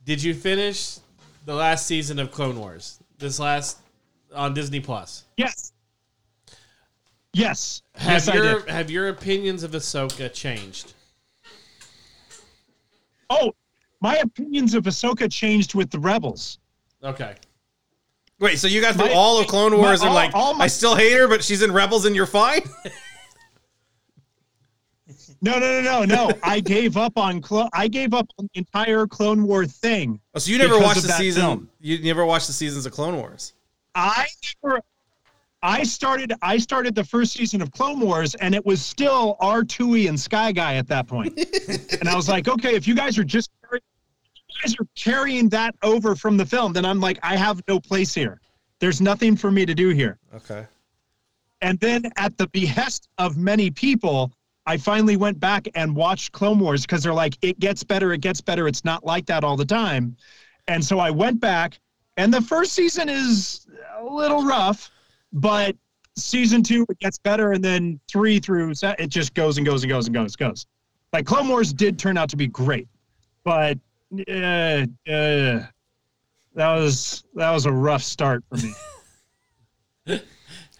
[SPEAKER 7] did you finish the last season of Clone Wars? This last on Disney Plus.
[SPEAKER 2] Yes. Yes.
[SPEAKER 7] Have
[SPEAKER 2] yes, I
[SPEAKER 7] your
[SPEAKER 2] did.
[SPEAKER 7] have your opinions of Ahsoka changed?
[SPEAKER 2] Oh, my opinions of Ahsoka changed with the rebels.
[SPEAKER 7] Okay.
[SPEAKER 5] Wait, so you got through
[SPEAKER 2] My-
[SPEAKER 5] all of Clone Wars
[SPEAKER 2] my-
[SPEAKER 5] and
[SPEAKER 2] all-
[SPEAKER 5] like,
[SPEAKER 2] all my-
[SPEAKER 5] I still hate her, but she's in Rebels and you're fine?
[SPEAKER 2] No, no, no, no,
[SPEAKER 7] [laughs]
[SPEAKER 2] no. I gave up on clone. I gave up on the entire Clone War thing.
[SPEAKER 5] Oh, so you never
[SPEAKER 2] Because
[SPEAKER 5] watched
[SPEAKER 2] of
[SPEAKER 5] the
[SPEAKER 2] that
[SPEAKER 5] season.
[SPEAKER 2] film.
[SPEAKER 5] You never watched the seasons of Clone Wars.
[SPEAKER 2] I never. I started. I started the first season of Clone Wars, and it was still R two E and Sky Guy at that point. and I was like, okay, if you guys are just carry- you guys are carrying that over from the film, then I'm like, I have no place here. There's nothing for me to do here.
[SPEAKER 5] Okay.
[SPEAKER 2] And then at the behest of many people, I finally went back and watched Clone Wars because they're like, it gets better, it gets better. It's not like that all the time. And so I went back, and the first season is a little rough, but season two, it gets better. And then three through, se- it just goes and goes and goes and goes, goes. Like Clone Wars did turn out to be great, but uh, uh, that was that was a rough start for me.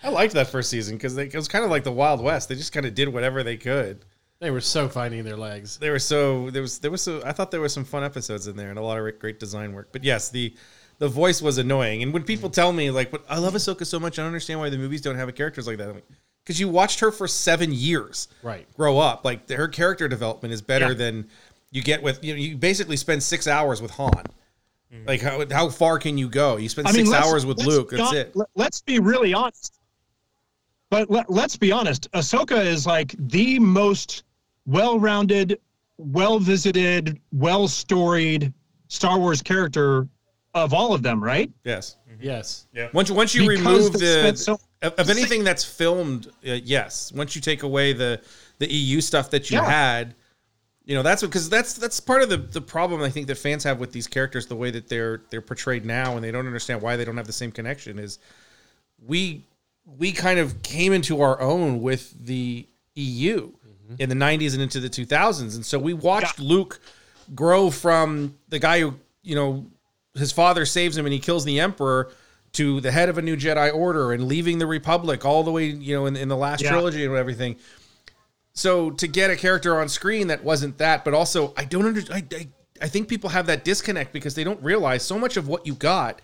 [SPEAKER 5] I liked that first season because it was kind of like the Wild West. They just kind of did whatever they could.
[SPEAKER 7] They were so finding their legs.
[SPEAKER 5] They were so there was there was so I thought there was some fun episodes in there and a lot of great design work. But yes, the the voice was annoying. And when people tell me like, "But I love Ahsoka so much, I don't understand why the movies don't have characters like that," I'm like, because you watched her for seven years,
[SPEAKER 7] Right.
[SPEAKER 5] Grow up like her character development is better than you get with you know you basically spend six hours with Han. Like how how far can you go? You spend six
[SPEAKER 2] let's-
[SPEAKER 5] hours with
[SPEAKER 2] let's
[SPEAKER 5] Luke.
[SPEAKER 2] be
[SPEAKER 5] That's
[SPEAKER 2] hon-
[SPEAKER 5] it.
[SPEAKER 2] let- Let's be really honest. But let, let's be honest. Ahsoka is like the most well-rounded, well-visited, well-storied Star Wars character of all of them, right?
[SPEAKER 5] Yes.
[SPEAKER 7] Yes.
[SPEAKER 5] Once you, once you
[SPEAKER 2] Because
[SPEAKER 5] remove
[SPEAKER 2] they
[SPEAKER 5] the
[SPEAKER 2] spent so-
[SPEAKER 5] of, of anything that's filmed, uh, yes. Once you take away the the EU stuff that you
[SPEAKER 2] Yeah.
[SPEAKER 5] had, you know that's because that's that's part of the the problem I think that fans have with these characters, the way that they're they're portrayed now, and they don't understand why they don't have the same connection. Is we we kind of came into our own with the EU in the 90s and into the 2000s and so we watched Luke grow from the guy who you know his father saves him and he kills the emperor to the head of a new Jedi order and leaving the republic all the way you know in, in the last
[SPEAKER 2] Yeah.
[SPEAKER 5] trilogy and everything so to get a character on screen that wasn't that but also I don't under I, I I think people have that disconnect because they don't realize so much of what you got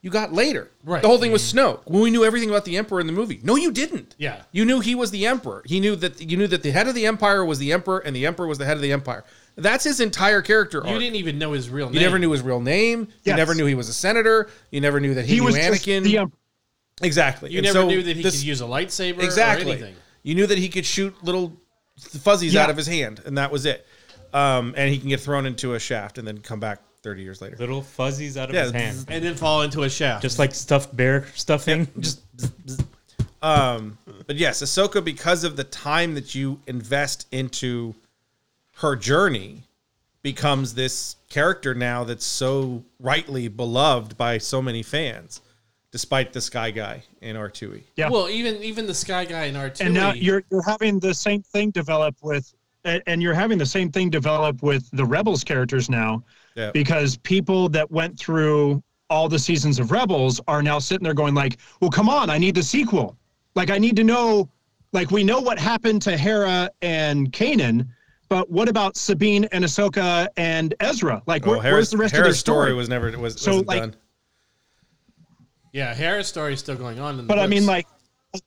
[SPEAKER 5] you got later.
[SPEAKER 7] Right. Mm-hmm.
[SPEAKER 5] The whole thing was Snoke. Well, we knew everything about the Emperor in the movie. No, you didn't.
[SPEAKER 7] Yeah.
[SPEAKER 5] You knew he was the Emperor. He knew that you knew that the head of the Empire was the Emperor, and the Emperor was the head of the Empire. That's his entire character arc.
[SPEAKER 7] You didn't even know his real name.
[SPEAKER 5] You never knew his real name. You
[SPEAKER 2] Yes.
[SPEAKER 5] never knew he was a senator. You never knew that he,
[SPEAKER 2] He
[SPEAKER 5] knew
[SPEAKER 2] was just
[SPEAKER 5] Anakin.
[SPEAKER 2] the, um,
[SPEAKER 5] exactly.
[SPEAKER 7] You
[SPEAKER 5] And
[SPEAKER 7] never
[SPEAKER 5] so
[SPEAKER 7] knew that he
[SPEAKER 5] this-
[SPEAKER 7] could use a lightsaber or
[SPEAKER 5] exactly.
[SPEAKER 7] anything.
[SPEAKER 5] You knew that he could shoot little fuzzies
[SPEAKER 2] Yeah.
[SPEAKER 5] out of his hand, and that was it. Um, and he can get thrown into a shaft and then come back thirty years later.
[SPEAKER 6] Little fuzzies out of
[SPEAKER 5] Yeah,
[SPEAKER 6] his hand.
[SPEAKER 7] And then fall into a shaft.
[SPEAKER 6] Just like stuffed bear stuffing. Just
[SPEAKER 5] Um, but yes, Ahsoka, because of the time that you invest into her journey, becomes this character now that's so rightly beloved by so many fans, despite the Sky Guy and R2E.
[SPEAKER 2] Yeah.
[SPEAKER 7] Well, even even the Sky Guy in R two.
[SPEAKER 2] and now you're you're having the same thing develop with a- and you're having the same thing develop with the rebels characters now
[SPEAKER 5] Yeah.
[SPEAKER 2] because people that went through all the seasons of rebels are now sitting there going like well come on i need the sequel like i need to know like we know what happened to hera and kanan But what about Sabine and Ahsoka and Ezra? Like, where,
[SPEAKER 5] Well, Oh, Hera's,
[SPEAKER 2] where's the rest of their
[SPEAKER 5] Hera's
[SPEAKER 2] story?
[SPEAKER 5] was never was
[SPEAKER 2] So,
[SPEAKER 5] wasn't
[SPEAKER 2] like-
[SPEAKER 5] done.
[SPEAKER 7] Yeah, Hera's story's still going on. In the
[SPEAKER 2] but I mean,
[SPEAKER 7] books.
[SPEAKER 2] like,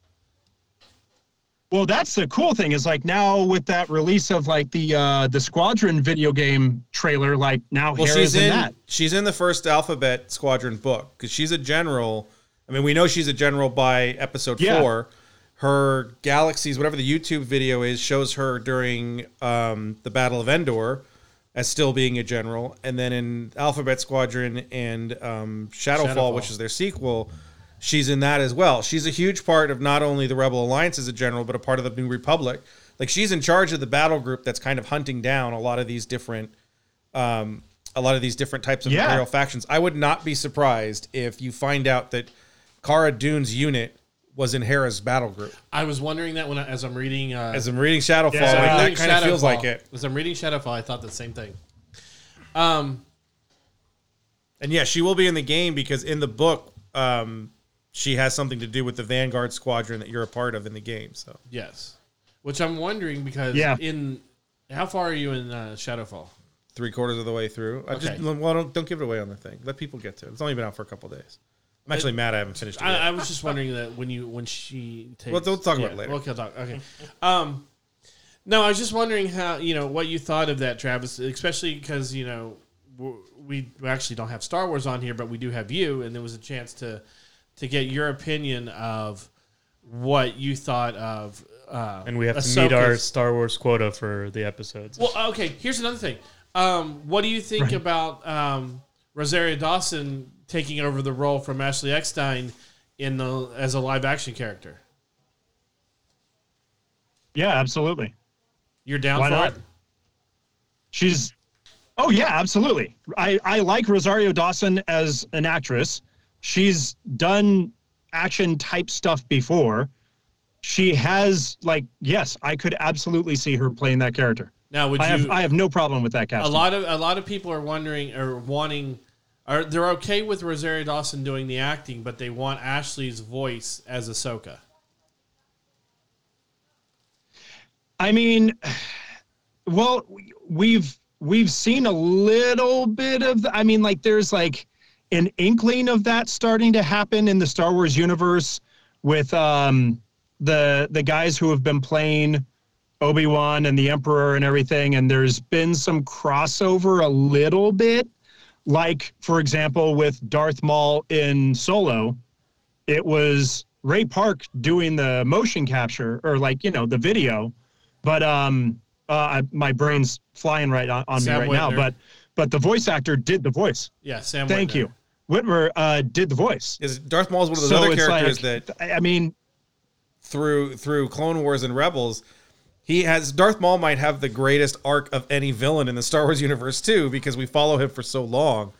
[SPEAKER 2] well, that's the cool thing is like now with that release of like the uh the Squadron video game trailer, like now
[SPEAKER 5] Well,
[SPEAKER 2] Hera's
[SPEAKER 5] she's in,
[SPEAKER 2] in that.
[SPEAKER 5] she's in the first Alphabet Squadron book because she's a general. I mean, we know she's a general by episode
[SPEAKER 2] Yeah.
[SPEAKER 5] four. Her galaxies, whatever the YouTube video is, shows her during um, the Battle of Endor as still being a general, and then in Alphabet Squadron and um, Shadowfall,
[SPEAKER 7] Shadowfall.
[SPEAKER 5] which is their sequel, she's in that as well. She's a huge part of not only the Rebel Alliance as a general, but a part of the New Republic. Like she's in charge of the battle group that's kind of hunting down a lot of these different um, a lot of these different types of
[SPEAKER 2] Yeah.
[SPEAKER 5] imperial factions. I would not be surprised if you find out that Cara Dune's unit was in Hera's battle group.
[SPEAKER 7] I was wondering that when I, as I'm reading uh,
[SPEAKER 5] As I'm reading Shadowfall,
[SPEAKER 7] as I'm
[SPEAKER 5] like, that
[SPEAKER 7] reading
[SPEAKER 5] kind of feels
[SPEAKER 7] Shadowfall-
[SPEAKER 5] like it.
[SPEAKER 7] As I'm reading Shadowfall, I thought the same thing. Um,
[SPEAKER 5] And yeah, she will be in the game because in the book, um, she has something to do with the Vanguard squadron that you're a part of in the game. So
[SPEAKER 7] yes, which I'm wondering because
[SPEAKER 2] Yeah.
[SPEAKER 7] in how far are you in uh, Shadowfall?
[SPEAKER 5] three quarters of the way through, I just
[SPEAKER 7] Okay.
[SPEAKER 5] well don't don't give it away on the thing. Let people get to it. It's only been out for a couple of days. I'm actually mad I haven't finished it. Yet.
[SPEAKER 7] I, I was just wondering that when you when she takes.
[SPEAKER 5] Well, we'll talk about it later.
[SPEAKER 7] We'll talk. Okay. Um, no, I was just wondering how you know what you thought of that, Travis, especially because you know w- we actually don't have Star Wars on here, but we do have you, and there was a chance to to get your opinion of what you thought of. Uh,
[SPEAKER 6] And we have to meet our
[SPEAKER 7] Ahsoka's-
[SPEAKER 6] Star Wars quota for the episodes.
[SPEAKER 7] well, okay. Here's another thing. Um, what do you think about um, Rosario Dawson taking over the role from Ashley Eckstein in the as a live action character?
[SPEAKER 2] Yeah, absolutely.
[SPEAKER 7] You're down
[SPEAKER 2] Why
[SPEAKER 7] for
[SPEAKER 2] not?
[SPEAKER 7] it?
[SPEAKER 2] She's oh yeah, absolutely. I I like Rosario Dawson as an actress. She's done action type stuff before. She has like yes, I could absolutely see her playing that character.
[SPEAKER 7] Now, would
[SPEAKER 2] I
[SPEAKER 7] you?
[SPEAKER 2] have I have no problem with that
[SPEAKER 7] a
[SPEAKER 2] casting.
[SPEAKER 7] lot of a lot of people are wondering or wanting, or they're okay with Rosario Dawson doing the acting, but they want Ashley's voice as Ahsoka.
[SPEAKER 2] I mean, well, we- we've we've seen a little bit of. I mean, like there's like an inkling of that starting to happen in the Star Wars universe with um, the the guys who have been playing Obi Wan and the Emperor and everything, and there's been some crossover a little bit. Like for example, with Darth Maul in Solo, it was Ray Park doing the motion capture or like you know the video, but um, uh, I, my brain's flying right on, on me
[SPEAKER 7] Sam
[SPEAKER 2] right now.
[SPEAKER 7] Witwer.
[SPEAKER 2] But but the voice actor did the voice.
[SPEAKER 7] Yeah, Sam.
[SPEAKER 2] Thank
[SPEAKER 7] Witwer.
[SPEAKER 2] you. Whitmer uh, did the voice.
[SPEAKER 5] Is Darth Maul is one of those
[SPEAKER 2] So
[SPEAKER 5] other
[SPEAKER 2] it's like-
[SPEAKER 5] characters that
[SPEAKER 2] I I mean,
[SPEAKER 5] through through Clone Wars and Rebels, he has Darth Maul might have the greatest arc of any villain in the Star Wars [laughs] universe too, because we follow him for so long.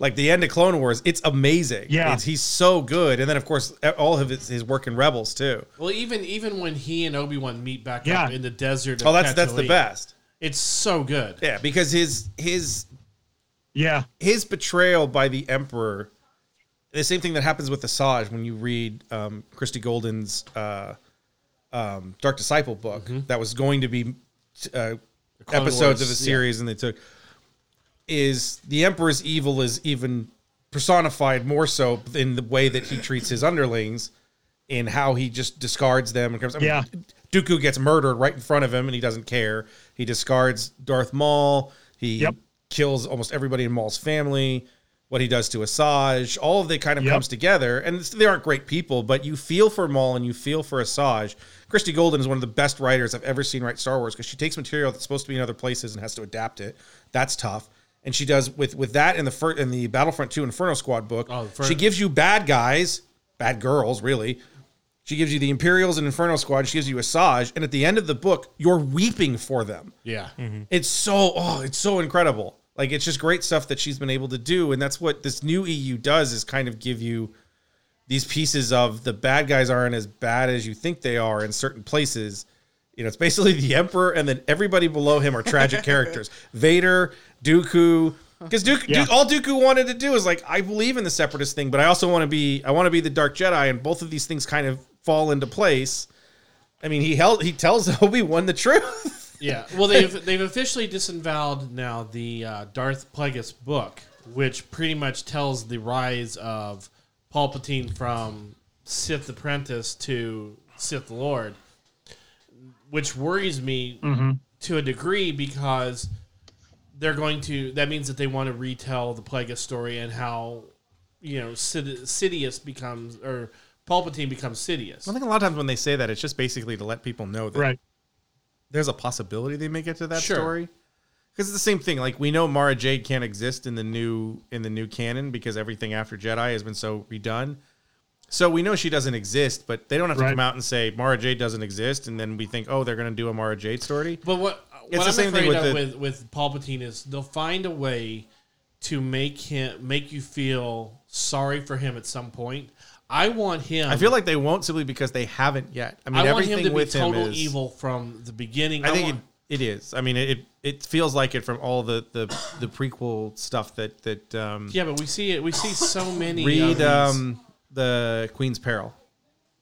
[SPEAKER 5] Like the end of Clone Wars, it's amazing.
[SPEAKER 2] Yeah.
[SPEAKER 5] It's- he's so good, and then of course e, all of his, his work in Rebels too.
[SPEAKER 7] Well, even even when he and Obi Wan meet back
[SPEAKER 2] Yeah.
[SPEAKER 7] up in the desert, of
[SPEAKER 5] Oh, that's that's the
[SPEAKER 7] Tatooine,
[SPEAKER 5] best.
[SPEAKER 7] It's so good.
[SPEAKER 5] Yeah, because his his
[SPEAKER 2] yeah,
[SPEAKER 5] his betrayal by the Emperor, the same thing that happens with Asajj when you read um, Christy Golden's uh, um, Dark Disciple book that was going to be uh,
[SPEAKER 7] Mm-hmm. Clone
[SPEAKER 5] episodes
[SPEAKER 7] Wars,
[SPEAKER 5] of the
[SPEAKER 7] yeah.
[SPEAKER 5] series, and they took is the Emperor's evil is even personified more so in the way that he treats his underlings, in how he just discards them and comes. I mean,
[SPEAKER 2] Yeah.
[SPEAKER 5] Dooku gets murdered right in front of him, and he doesn't care. He discards Darth Maul. He
[SPEAKER 2] Yep.
[SPEAKER 5] kills almost everybody in Maul's family. What he does to Asajj, all of it kind of
[SPEAKER 2] Yep.
[SPEAKER 5] comes together, and it's- they aren't great people, but you feel for Maul and you feel for Asajj. Christy Golden is one of the best writers I've ever seen write Star Wars because she takes material that's supposed to be in other places and has to adapt it. That's tough, and she does with with that in the fir- in the Battlefront Two Inferno Squad book.
[SPEAKER 7] Oh, Inferno.
[SPEAKER 5] she gives you bad guys, bad girls, really, she gives you the Imperials and Inferno Squad. She gives you Asajj, and at the end of the book, you're weeping for them.
[SPEAKER 7] Yeah.
[SPEAKER 2] Mm-hmm.
[SPEAKER 5] It's so oh, it's so incredible. Like it's just great stuff that she's been able to do, and that's what this new EU does is kind of give you these pieces of the bad guys aren't as bad as you think they are in certain places. You know, it's basically the Emperor, and then everybody below him are tragic characters: Vader, Dooku. Because Dooku,
[SPEAKER 2] Yeah.
[SPEAKER 5] Dooku- all Dooku wanted to do is like, I believe in the Separatist thing, but I also want to be, I want to be the Dark Jedi, and both of these [laughs] things kind of fall into place. I mean, he held, he tells Obi Wan the truth.
[SPEAKER 7] Yeah. Well, they've they've officially disavowed now the uh, Darth Plagueis book, which pretty much tells the rise of Palpatine from Sith apprentice to Sith Lord, which worries me to a degree because they're going to. That means that they want to retell the Plagueis story and how you know Sid- Sidious becomes or Palpatine becomes Sidious.
[SPEAKER 5] I think a lot of times when they say that, it's just basically to let people know that
[SPEAKER 2] Right.
[SPEAKER 5] there's a possibility they may get to that
[SPEAKER 7] Sure.
[SPEAKER 5] story. Because it's the same thing. Like we know Mara Jade can't exist in the new in the new canon because everything after Jedi has been so redone. So we know she doesn't exist, but they don't have to
[SPEAKER 2] Right.
[SPEAKER 5] come out and say Mara Jade doesn't exist, and then we think, oh, they're going to do a Mara Jade story.
[SPEAKER 7] But what
[SPEAKER 5] It's
[SPEAKER 7] what
[SPEAKER 5] the
[SPEAKER 7] I'm
[SPEAKER 5] same
[SPEAKER 7] afraid
[SPEAKER 5] thing with
[SPEAKER 7] of
[SPEAKER 5] the-
[SPEAKER 7] with with Palpatine is they'll find a way to make him make you feel sorry for him at some point. I want him.
[SPEAKER 5] I feel like they won't simply because they haven't yet. I mean,
[SPEAKER 7] I want
[SPEAKER 5] everything
[SPEAKER 7] him to be
[SPEAKER 5] with him
[SPEAKER 7] total
[SPEAKER 5] is
[SPEAKER 7] evil from the beginning.
[SPEAKER 5] I think
[SPEAKER 7] want-
[SPEAKER 5] it, it is. I mean, it it feels like it from all the the, the prequel stuff that that um,
[SPEAKER 7] yeah, but we see it. We see
[SPEAKER 5] [laughs]
[SPEAKER 7] so many. of
[SPEAKER 5] read
[SPEAKER 7] these-
[SPEAKER 5] um, the Queen's Peril.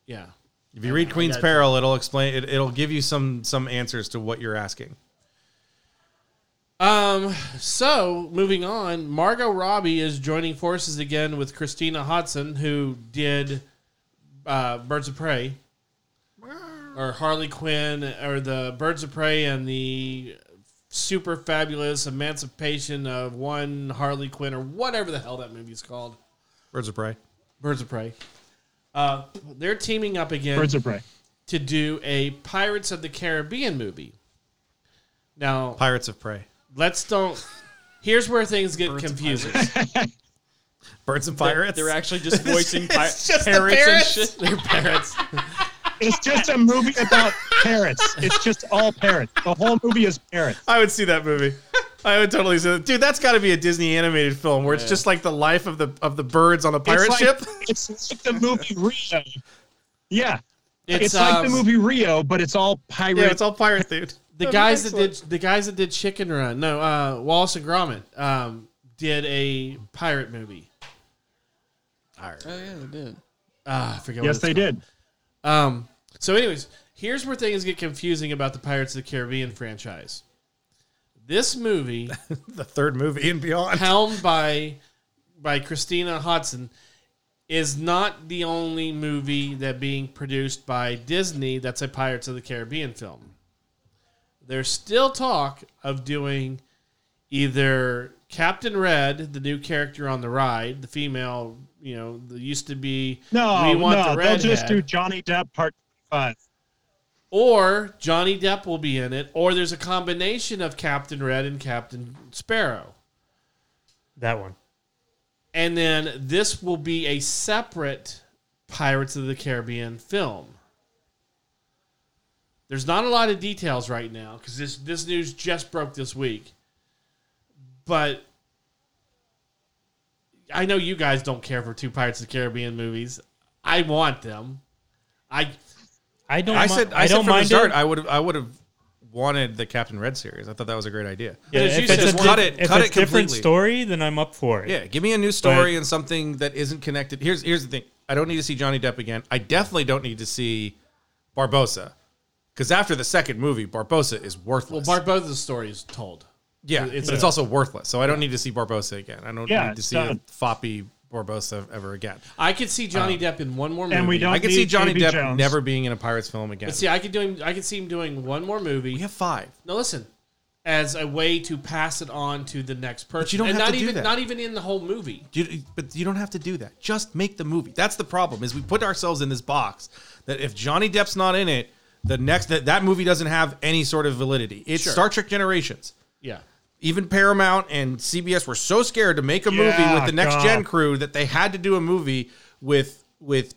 [SPEAKER 7] yeah,
[SPEAKER 5] If you read Queen's
[SPEAKER 7] got you.
[SPEAKER 5] Peril, it'll explain. It, it'll give you some some answers to what you're asking.
[SPEAKER 7] Um, so moving on, Margot Robbie is joining forces again with Christina Hodson, who did uh, Birds of Prey, or Harley Quinn, or the Birds of Prey and the super fabulous emancipation of one Harley Quinn, or whatever the hell that movie is called.
[SPEAKER 5] Birds of Prey.
[SPEAKER 7] Birds of Prey. Uh, they're teaming up again
[SPEAKER 2] Birds of Prey.
[SPEAKER 7] to do a Pirates of the Caribbean movie. Now,
[SPEAKER 5] Pirates of Prey.
[SPEAKER 7] let's don't. Here's where things get
[SPEAKER 8] Birds of
[SPEAKER 7] confusing.
[SPEAKER 5] Birds and Pirates.
[SPEAKER 8] They're actually just
[SPEAKER 7] [laughs]
[SPEAKER 8] voicing pi-
[SPEAKER 5] just the
[SPEAKER 8] parrots and
[SPEAKER 5] parrots.
[SPEAKER 8] shit.
[SPEAKER 7] They're parrots.
[SPEAKER 2] It's just a movie about parrots. It's just all parrots. The whole movie is parrots.
[SPEAKER 5] I would see that movie. [laughs] I would totally see that. Dude, that's got to be a Disney animated film where it's just like the life of the of the birds on the pirate
[SPEAKER 2] it's like,
[SPEAKER 5] ship. [laughs]
[SPEAKER 2] It's like the movie Rio. Yeah. It's,
[SPEAKER 7] It's,
[SPEAKER 2] like
[SPEAKER 7] um,
[SPEAKER 2] the movie Rio, but it's all pirate.
[SPEAKER 5] yeah, it's all pirate dude.
[SPEAKER 7] The guys that did the guys that did Chicken Run. No, uh, Wallace and Gromit um, did a pirate movie.
[SPEAKER 8] Oh yeah, they did.
[SPEAKER 7] Ah, I forget.
[SPEAKER 2] yes,
[SPEAKER 7] what
[SPEAKER 2] they
[SPEAKER 7] it's
[SPEAKER 2] did.
[SPEAKER 7] called. Um. So, anyways, here's where things get confusing about the Pirates of the Caribbean franchise. This movie,
[SPEAKER 5] the third movie and beyond.
[SPEAKER 7] helmed by by Christina Hodson, is not the only movie that being produced by Disney that's a Pirates of the Caribbean film. There's still talk of doing either Captain Red, the new character on the ride, the female, you know, that used to be
[SPEAKER 2] No,
[SPEAKER 7] we want
[SPEAKER 2] no,
[SPEAKER 7] the
[SPEAKER 2] they'll
[SPEAKER 7] redhead,
[SPEAKER 2] just do Johnny Depp Part Five.
[SPEAKER 7] or Johnny Depp will be in it, or there's a combination of Captain Red and Captain Sparrow.
[SPEAKER 6] That one.
[SPEAKER 7] And then this will be a separate Pirates of the Caribbean film. There's not a lot of details right now because this, this news just broke this week. But I know you guys don't care for two Pirates of the Caribbean movies. I want them. I
[SPEAKER 6] I don't.
[SPEAKER 5] I
[SPEAKER 6] mi-
[SPEAKER 5] said I,
[SPEAKER 6] I
[SPEAKER 5] said
[SPEAKER 6] don't
[SPEAKER 5] from the
[SPEAKER 6] mind
[SPEAKER 5] start
[SPEAKER 6] it.
[SPEAKER 5] I would have I would have wanted the Captain Red series. I thought that was a great idea.
[SPEAKER 6] Yeah,
[SPEAKER 7] But as you
[SPEAKER 6] if it's
[SPEAKER 7] said,
[SPEAKER 6] a
[SPEAKER 7] cut
[SPEAKER 6] diff-
[SPEAKER 5] it-
[SPEAKER 6] if
[SPEAKER 5] cut
[SPEAKER 6] it's
[SPEAKER 5] it
[SPEAKER 6] different
[SPEAKER 5] completely.
[SPEAKER 6] story, then I'm up for it.
[SPEAKER 5] Yeah, give me a new story and something that isn't connected. Here's here's the thing. I don't need to see Johnny Depp again. I definitely don't need to see Barbosa. Because after the second movie, Barbosa is
[SPEAKER 7] well,
[SPEAKER 5] worthless.
[SPEAKER 7] Bar- both of the stories told.
[SPEAKER 5] yeah,
[SPEAKER 7] it's-
[SPEAKER 5] but it's also worthless. So I don't need to see Barbosa again. I don't
[SPEAKER 2] Yeah,
[SPEAKER 5] need to
[SPEAKER 2] it's
[SPEAKER 5] see a
[SPEAKER 2] done.
[SPEAKER 5] floppy Barbosa ever again.
[SPEAKER 7] I could see
[SPEAKER 6] Oh.
[SPEAKER 7] Johnny Depp in one more movie.
[SPEAKER 2] and we don't-
[SPEAKER 5] I could see
[SPEAKER 2] need
[SPEAKER 5] Johnny
[SPEAKER 2] Davy
[SPEAKER 5] Depp
[SPEAKER 2] Jones.
[SPEAKER 5] never being in a Pirates film again.
[SPEAKER 7] But see, I could do him, I could see him doing one more movie.
[SPEAKER 5] we have five.
[SPEAKER 7] Now listen, as a way to pass it on to the next person.
[SPEAKER 5] you don't
[SPEAKER 7] and
[SPEAKER 5] have
[SPEAKER 7] not
[SPEAKER 5] to do
[SPEAKER 7] even
[SPEAKER 5] that.
[SPEAKER 7] not even in the whole movie.
[SPEAKER 5] You, but you don't have to do that. Just make the movie. That's the problem. Is we put ourselves in this box that if Johnny Depp's not in it, the next that that movie doesn't have any sort of validity. It's
[SPEAKER 7] Sure.
[SPEAKER 5] Star Trek Generations.
[SPEAKER 7] Yeah.
[SPEAKER 5] Even Paramount and CBS were so scared to make a movie
[SPEAKER 2] Yeah,
[SPEAKER 5] with the next
[SPEAKER 2] God.
[SPEAKER 5] gen crew that they had to do a movie with with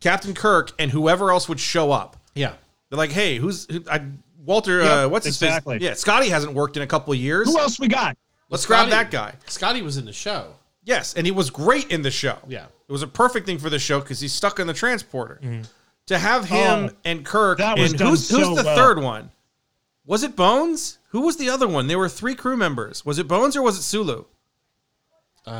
[SPEAKER 5] Captain Kirk and whoever else would show up.
[SPEAKER 7] Yeah.
[SPEAKER 5] They're like, hey, who's who, I, Walter? uh,
[SPEAKER 2] Yep,
[SPEAKER 5] what's his
[SPEAKER 2] exactly.
[SPEAKER 5] face? Yeah, Scotty hasn't worked in a couple of years.
[SPEAKER 2] Who else we got?
[SPEAKER 5] Let's grab
[SPEAKER 7] Scotty-
[SPEAKER 5] that guy.
[SPEAKER 7] Scotty was in the show.
[SPEAKER 5] Yes, and he was great in the show.
[SPEAKER 7] Yeah.
[SPEAKER 5] it was a perfect thing for the show because he's stuck in the transporter. To have him
[SPEAKER 2] Oh,
[SPEAKER 5] and Kirk
[SPEAKER 2] that was
[SPEAKER 5] and
[SPEAKER 2] done
[SPEAKER 5] who's, who's
[SPEAKER 2] so
[SPEAKER 5] the
[SPEAKER 2] well.
[SPEAKER 5] third one? Was it Bones? Who was the other one? There were three crew members. Was it Bones or was it Sulu?
[SPEAKER 2] What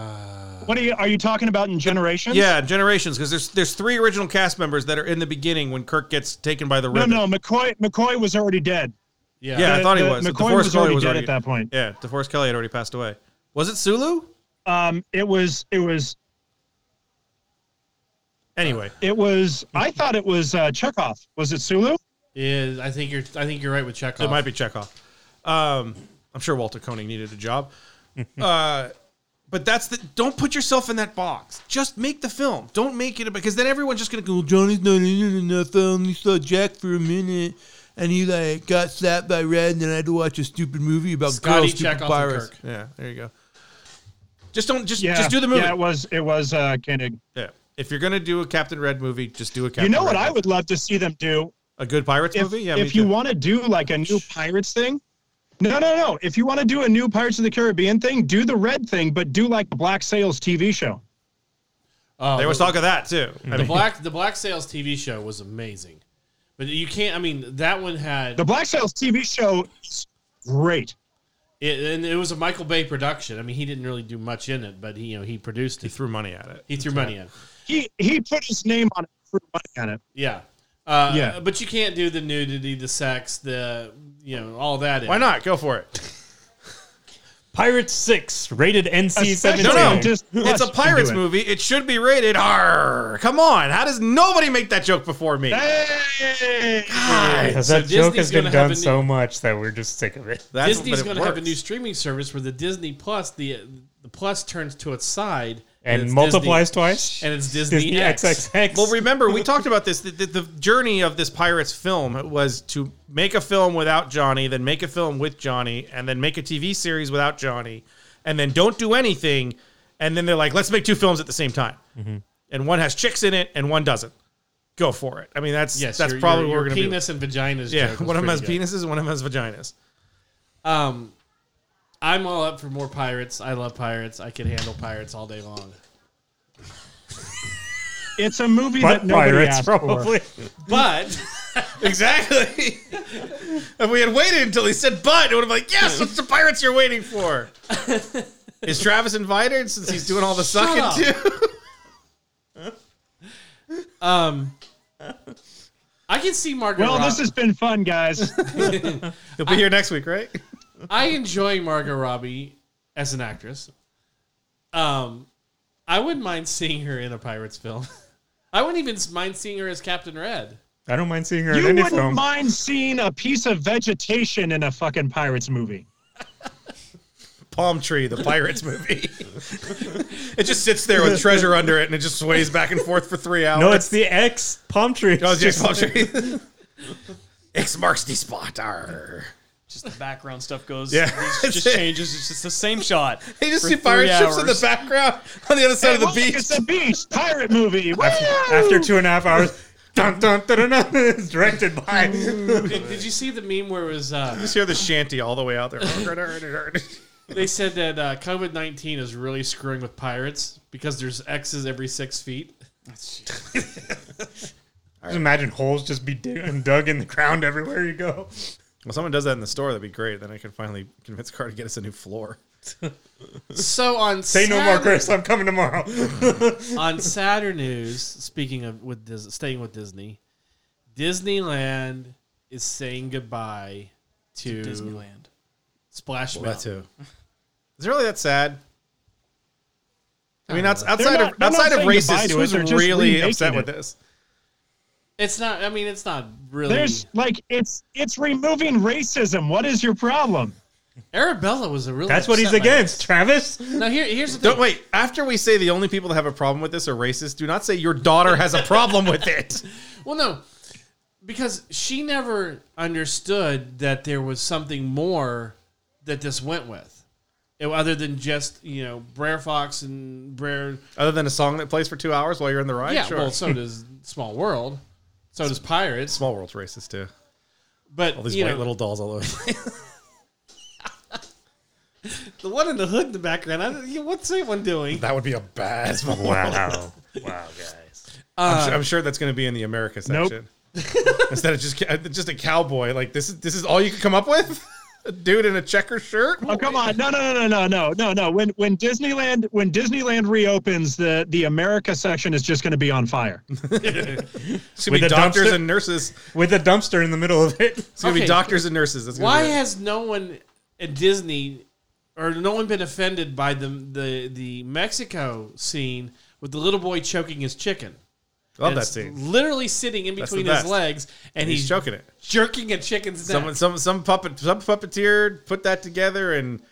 [SPEAKER 2] are you? Are you talking about in Generations?
[SPEAKER 5] Yeah, Generations, because there's there's three original cast members that are in the beginning when Kirk gets taken by the
[SPEAKER 2] No,
[SPEAKER 5] ribbon.
[SPEAKER 2] no. McCoy. McCoy was already dead.
[SPEAKER 7] Yeah.
[SPEAKER 5] Yeah, I
[SPEAKER 2] The-
[SPEAKER 5] thought he
[SPEAKER 2] the-
[SPEAKER 5] was.
[SPEAKER 2] McCoy
[SPEAKER 5] DeForest
[SPEAKER 2] was
[SPEAKER 5] Kelly
[SPEAKER 2] already
[SPEAKER 5] was
[SPEAKER 2] dead
[SPEAKER 5] already-
[SPEAKER 2] at that point.
[SPEAKER 5] Yeah, DeForest Kelly had already passed away. Was it Sulu?
[SPEAKER 2] Um, it was. It was.
[SPEAKER 5] Anyway,
[SPEAKER 2] It was. I thought it was uh, Chekhov. Was it Sulu?
[SPEAKER 7] Is I think you're I think you're right with Chekhov.
[SPEAKER 5] it
[SPEAKER 2] Oh.
[SPEAKER 5] might be Chekhov. Um, I'm sure Walter Koenig needed
[SPEAKER 2] [laughs]
[SPEAKER 5] a job. uh, but that's the don't put yourself in that box. Just make the film. Don't make it because then everyone's just gonna go. Johnny's not in it enough. I only saw Jack for a minute, and he like got slapped by Red, and then I had to watch a stupid movie about
[SPEAKER 7] Scotty,
[SPEAKER 5] girls, stupid
[SPEAKER 7] Chekhov, and
[SPEAKER 5] pirates.
[SPEAKER 7] Kirk.
[SPEAKER 5] Yeah, there you go. Just don't just
[SPEAKER 2] Yeah.
[SPEAKER 5] just do the movie.
[SPEAKER 2] Yeah, it was. It was uh, Koenig.
[SPEAKER 5] Yeah. If you're gonna do a Captain Red movie, just do a Captain.
[SPEAKER 2] You know
[SPEAKER 5] Red
[SPEAKER 2] what I
[SPEAKER 5] movie.
[SPEAKER 2] would love to see them do
[SPEAKER 5] A good pirates
[SPEAKER 2] if,
[SPEAKER 5] movie. Yeah.
[SPEAKER 2] if
[SPEAKER 5] me
[SPEAKER 2] you
[SPEAKER 5] too.
[SPEAKER 2] want to do like a new pirates thing no no no if you want to do a new pirates of the caribbean thing do the red thing but do like the black sails tv show
[SPEAKER 7] Oh,
[SPEAKER 5] There was
[SPEAKER 7] the,
[SPEAKER 5] talk of that too. I
[SPEAKER 7] the
[SPEAKER 5] mean,
[SPEAKER 7] black the Black Sails TV show was amazing, but you can't. I mean, that one had
[SPEAKER 2] the black sails tv show is great
[SPEAKER 7] it, and it was a Michael Bay production. I mean, he didn't really do much in it, but he you know he produced
[SPEAKER 5] he
[SPEAKER 7] it.
[SPEAKER 5] threw money at it.
[SPEAKER 7] He threw money in.
[SPEAKER 2] he he put his name on it threw money on it
[SPEAKER 7] Yeah. Uh,
[SPEAKER 2] Yeah.
[SPEAKER 7] But you can't do the nudity, the sex, the you know all that. in
[SPEAKER 5] Why
[SPEAKER 7] it.
[SPEAKER 5] not? Go for it.
[SPEAKER 6] Pirates Six, rated NC seventeen.
[SPEAKER 2] Especially
[SPEAKER 5] No, no.
[SPEAKER 2] just
[SPEAKER 5] It's a
[SPEAKER 2] Rush can
[SPEAKER 5] pirates
[SPEAKER 2] do it.
[SPEAKER 5] movie. It should be rated R. Come on. How does nobody make that joke before me?
[SPEAKER 2] Hey!
[SPEAKER 6] Because
[SPEAKER 7] So
[SPEAKER 6] that joke
[SPEAKER 7] Disney's
[SPEAKER 6] has
[SPEAKER 7] gonna
[SPEAKER 6] been
[SPEAKER 7] have
[SPEAKER 6] done
[SPEAKER 7] a
[SPEAKER 6] so much that we're just sick of it.
[SPEAKER 5] That's-
[SPEAKER 7] Disney's
[SPEAKER 5] but it
[SPEAKER 7] going to have a
[SPEAKER 5] works.
[SPEAKER 7] new streaming service where the Disney Plus the the plus turns to its side
[SPEAKER 6] And
[SPEAKER 7] it's
[SPEAKER 6] multiplies
[SPEAKER 7] Disney-
[SPEAKER 6] twice.
[SPEAKER 7] and it's Disney,
[SPEAKER 6] [laughs] Disney
[SPEAKER 7] X.
[SPEAKER 6] XXX.
[SPEAKER 5] Well, remember we talked about this. The, the, the journey of this pirates film was to make a film without Johnny, then make a film with Johnny, and then make a TV series without Johnny, and then don't do anything. And then they're like, let's make two films at the same time,
[SPEAKER 7] Mm-hmm.
[SPEAKER 5] and one has chicks in it and one doesn't. Go for it. I mean, that's
[SPEAKER 7] Yes,
[SPEAKER 5] that's
[SPEAKER 7] your-
[SPEAKER 5] probably
[SPEAKER 7] your-
[SPEAKER 5] where
[SPEAKER 7] your
[SPEAKER 5] we're going to be.
[SPEAKER 7] penis and vaginas.
[SPEAKER 5] Yeah,
[SPEAKER 7] joke was
[SPEAKER 5] one of them has
[SPEAKER 7] pretty
[SPEAKER 5] penises, and one of them has vaginas.
[SPEAKER 7] good. Um, I'm all up for more pirates. I love pirates. I can handle pirates all day long.
[SPEAKER 2] it's a movie
[SPEAKER 6] But
[SPEAKER 2] that nobody
[SPEAKER 6] pirates
[SPEAKER 2] asked
[SPEAKER 6] probably.
[SPEAKER 7] But
[SPEAKER 5] Exactly. if we had waited until he said "but," it would have been like, "Yes, it's the pirates you're waiting for." Is Travis invited since he's doing all the
[SPEAKER 7] Shut
[SPEAKER 5] sucking
[SPEAKER 7] up.
[SPEAKER 5] too?
[SPEAKER 7] um, I can see Margot.
[SPEAKER 2] for. well
[SPEAKER 7] Rob-
[SPEAKER 2] this has been fun guys [laughs]
[SPEAKER 5] He'll be here next week, right?
[SPEAKER 7] I enjoy Margot Robbie as an actress. Um, I wouldn't mind seeing her in a Pirates film. [laughs] I wouldn't even mind seeing her as Captain Red.
[SPEAKER 6] I don't mind seeing her
[SPEAKER 2] you
[SPEAKER 6] in any
[SPEAKER 2] wouldn't
[SPEAKER 6] film.
[SPEAKER 2] mind seeing a piece of vegetation in a fucking pirates movie
[SPEAKER 5] Palm Tree, the Pirates movie. [laughs] it just sits there with treasure under it, and it just sways back and forth for three hours.
[SPEAKER 6] no, it's the X palm tree.
[SPEAKER 5] oh, it's just Palm Tree. X marks the spot. Arr.
[SPEAKER 8] Just the background stuff goes.
[SPEAKER 5] Yeah.
[SPEAKER 8] it just changes. It's just the same shot.
[SPEAKER 5] You just
[SPEAKER 8] for
[SPEAKER 5] see
[SPEAKER 8] three
[SPEAKER 5] pirate ships in the
[SPEAKER 8] hours.
[SPEAKER 5] background on the other side of the
[SPEAKER 2] Look,
[SPEAKER 5] beach.
[SPEAKER 2] it's a beach pirate movie Woo!
[SPEAKER 6] [laughs] [laughs] After two and a half hours, dun, dun, dun, dun, dun, it's directed by.
[SPEAKER 7] Did, did you see the meme where it was uh,
[SPEAKER 5] just hear the shanty all the way out there.
[SPEAKER 7] they said that uh, COVID nineteen is really screwing with pirates because there's X's every six feet.
[SPEAKER 6] Just imagine holes just be dig- dug in the ground everywhere you go.
[SPEAKER 5] Well, someone does that in the store, that'd be great. Then I can finally convince Car to get us a new floor.
[SPEAKER 7] So on
[SPEAKER 6] Say no more,
[SPEAKER 7] Saturday-
[SPEAKER 6] Chris. I'm coming tomorrow.
[SPEAKER 7] on Saturn News, speaking of with Dis- staying with Disney, Disneyland is saying goodbye to,
[SPEAKER 8] Disneyland.
[SPEAKER 7] Splash Mountain.
[SPEAKER 5] too. Is it really that sad? I mean, outs- outside
[SPEAKER 2] They're not- they're
[SPEAKER 5] of
[SPEAKER 2] not
[SPEAKER 5] outside of
[SPEAKER 2] saying goodbye
[SPEAKER 5] racists,
[SPEAKER 2] to it,
[SPEAKER 5] who's
[SPEAKER 2] they're just
[SPEAKER 5] really
[SPEAKER 2] remaking
[SPEAKER 5] upset with
[SPEAKER 2] it.
[SPEAKER 5] this?
[SPEAKER 7] It's not. I mean, it's not really.
[SPEAKER 2] There's like it's it's removing racism. What is your problem?
[SPEAKER 7] Arabella was a really.
[SPEAKER 6] That's what he's
[SPEAKER 7] upset by
[SPEAKER 6] against, Travis.
[SPEAKER 7] that. Now here, here's the thing.
[SPEAKER 5] Don't wait. After we say the only people that have a problem with this are racist, do not say your daughter has a problem with it. [laughs]
[SPEAKER 7] Well, no, because she never understood that there was something more that this went with, It- other than just you know Brer Fox and Brer.
[SPEAKER 5] Other than a song that plays for two hours while you're in the ride,
[SPEAKER 7] yeah,
[SPEAKER 5] sure.
[SPEAKER 7] well,
[SPEAKER 5] [laughs]
[SPEAKER 7] so does Small World. So does Pirates,
[SPEAKER 5] Small World's racist too.
[SPEAKER 7] but
[SPEAKER 5] All these
[SPEAKER 7] you
[SPEAKER 5] white
[SPEAKER 7] know,
[SPEAKER 5] little dolls all over. [laughs]
[SPEAKER 7] the one in the hood in the background. I, don't- you- what's that one doing?
[SPEAKER 5] that would be
[SPEAKER 2] [laughs]
[SPEAKER 5] a bad Small World.
[SPEAKER 6] Wow. Wow, guys.
[SPEAKER 5] I'm, sure, I'm sure that's going to be in the America
[SPEAKER 2] Nope.
[SPEAKER 5] [laughs] section. Instead of just ca- just a cowboy, like this is this is all you could come up with. [laughs] a dude in a checker shirt.
[SPEAKER 2] Oh come on! No, no, no, no, no, no, no, no. When when Disneyland when Disneyland reopens, the the America section is just going to be on fire.
[SPEAKER 5] It's gonna
[SPEAKER 6] With
[SPEAKER 5] be
[SPEAKER 6] a
[SPEAKER 5] doctors
[SPEAKER 6] dumpster?
[SPEAKER 5] and nurses.
[SPEAKER 6] [laughs] with a dumpster in the middle of it.
[SPEAKER 5] It's gonna be
[SPEAKER 7] Okay.
[SPEAKER 5] doctors and nurses. That's gonna
[SPEAKER 7] Why
[SPEAKER 5] be it.
[SPEAKER 7] has no one at Disney or no one been offended by the the the Mexico scene with the little boy choking his chicken?
[SPEAKER 5] love
[SPEAKER 7] And
[SPEAKER 5] that
[SPEAKER 7] it's
[SPEAKER 5] scene?
[SPEAKER 7] Literally sitting in
[SPEAKER 5] That's the
[SPEAKER 7] between his
[SPEAKER 5] best.
[SPEAKER 7] legs, and
[SPEAKER 5] He's
[SPEAKER 7] he's,
[SPEAKER 5] choking it.
[SPEAKER 7] jerking a chicken's neck.
[SPEAKER 5] Someone, some, some puppet, some puppeteer put that together, and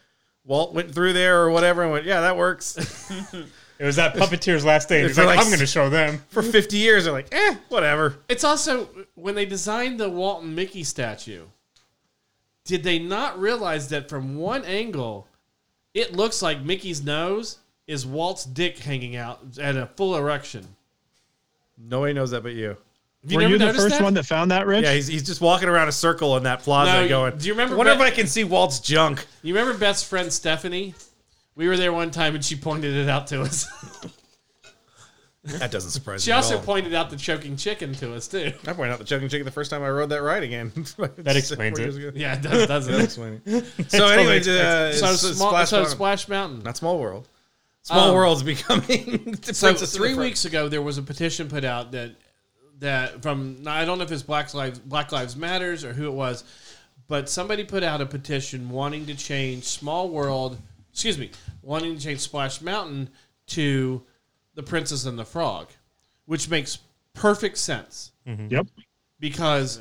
[SPEAKER 5] Walt went through there or whatever, and went, "Yeah, that works." [laughs]
[SPEAKER 6] It was that puppeteer's last day. and He's
[SPEAKER 5] They're
[SPEAKER 6] like,
[SPEAKER 5] like-
[SPEAKER 6] I'm going to show them.
[SPEAKER 5] For fifty years, they're like, "Eh, whatever."
[SPEAKER 7] It's also when they designed the Walt and Mickey statue. Did they not realize that from one angle, it looks like Mickey's nose is Walt's dick hanging out at a full erection?
[SPEAKER 5] Nobody knows that but you.
[SPEAKER 7] Have you
[SPEAKER 2] Were
[SPEAKER 7] never
[SPEAKER 2] you the
[SPEAKER 7] noticed
[SPEAKER 2] first
[SPEAKER 7] that?
[SPEAKER 2] one that found that, Rich?
[SPEAKER 5] Yeah, he's, he's just walking around a circle in that plaza
[SPEAKER 7] No,
[SPEAKER 5] going.
[SPEAKER 7] do you remember
[SPEAKER 5] I wonder
[SPEAKER 7] Brett-
[SPEAKER 5] if I can see Walt's junk.
[SPEAKER 7] You remember Beth's friend Stephanie? We were there one time and she pointed it out to us. [laughs]
[SPEAKER 5] That doesn't surprise
[SPEAKER 7] she
[SPEAKER 5] me.
[SPEAKER 7] also
[SPEAKER 5] at all.
[SPEAKER 7] pointed out the choking chicken to
[SPEAKER 2] [laughs]
[SPEAKER 7] us too.
[SPEAKER 5] I pointed out the chugging chicken the first time I rode that ride again. [laughs] that
[SPEAKER 6] explains it.
[SPEAKER 5] [laughs]
[SPEAKER 7] Yeah, it does, doesn't it?
[SPEAKER 5] So anyway, uh,
[SPEAKER 7] So,
[SPEAKER 5] it's- it's
[SPEAKER 7] small,
[SPEAKER 5] Splash
[SPEAKER 7] so
[SPEAKER 5] Mountain.
[SPEAKER 7] Splash Mountain.
[SPEAKER 5] not Small World. Small
[SPEAKER 7] Um,
[SPEAKER 5] World's [laughs] becoming the
[SPEAKER 7] So
[SPEAKER 5] Princess
[SPEAKER 7] three
[SPEAKER 5] of the
[SPEAKER 7] weeks ago, there was a petition put out that that from I don't know if it's Black Lives Black Lives Matters or who it was, but somebody put out a petition wanting to change Small World, excuse me, wanting to change Splash Mountain to The Princess and the Frog, which makes perfect sense
[SPEAKER 2] Yep.
[SPEAKER 7] because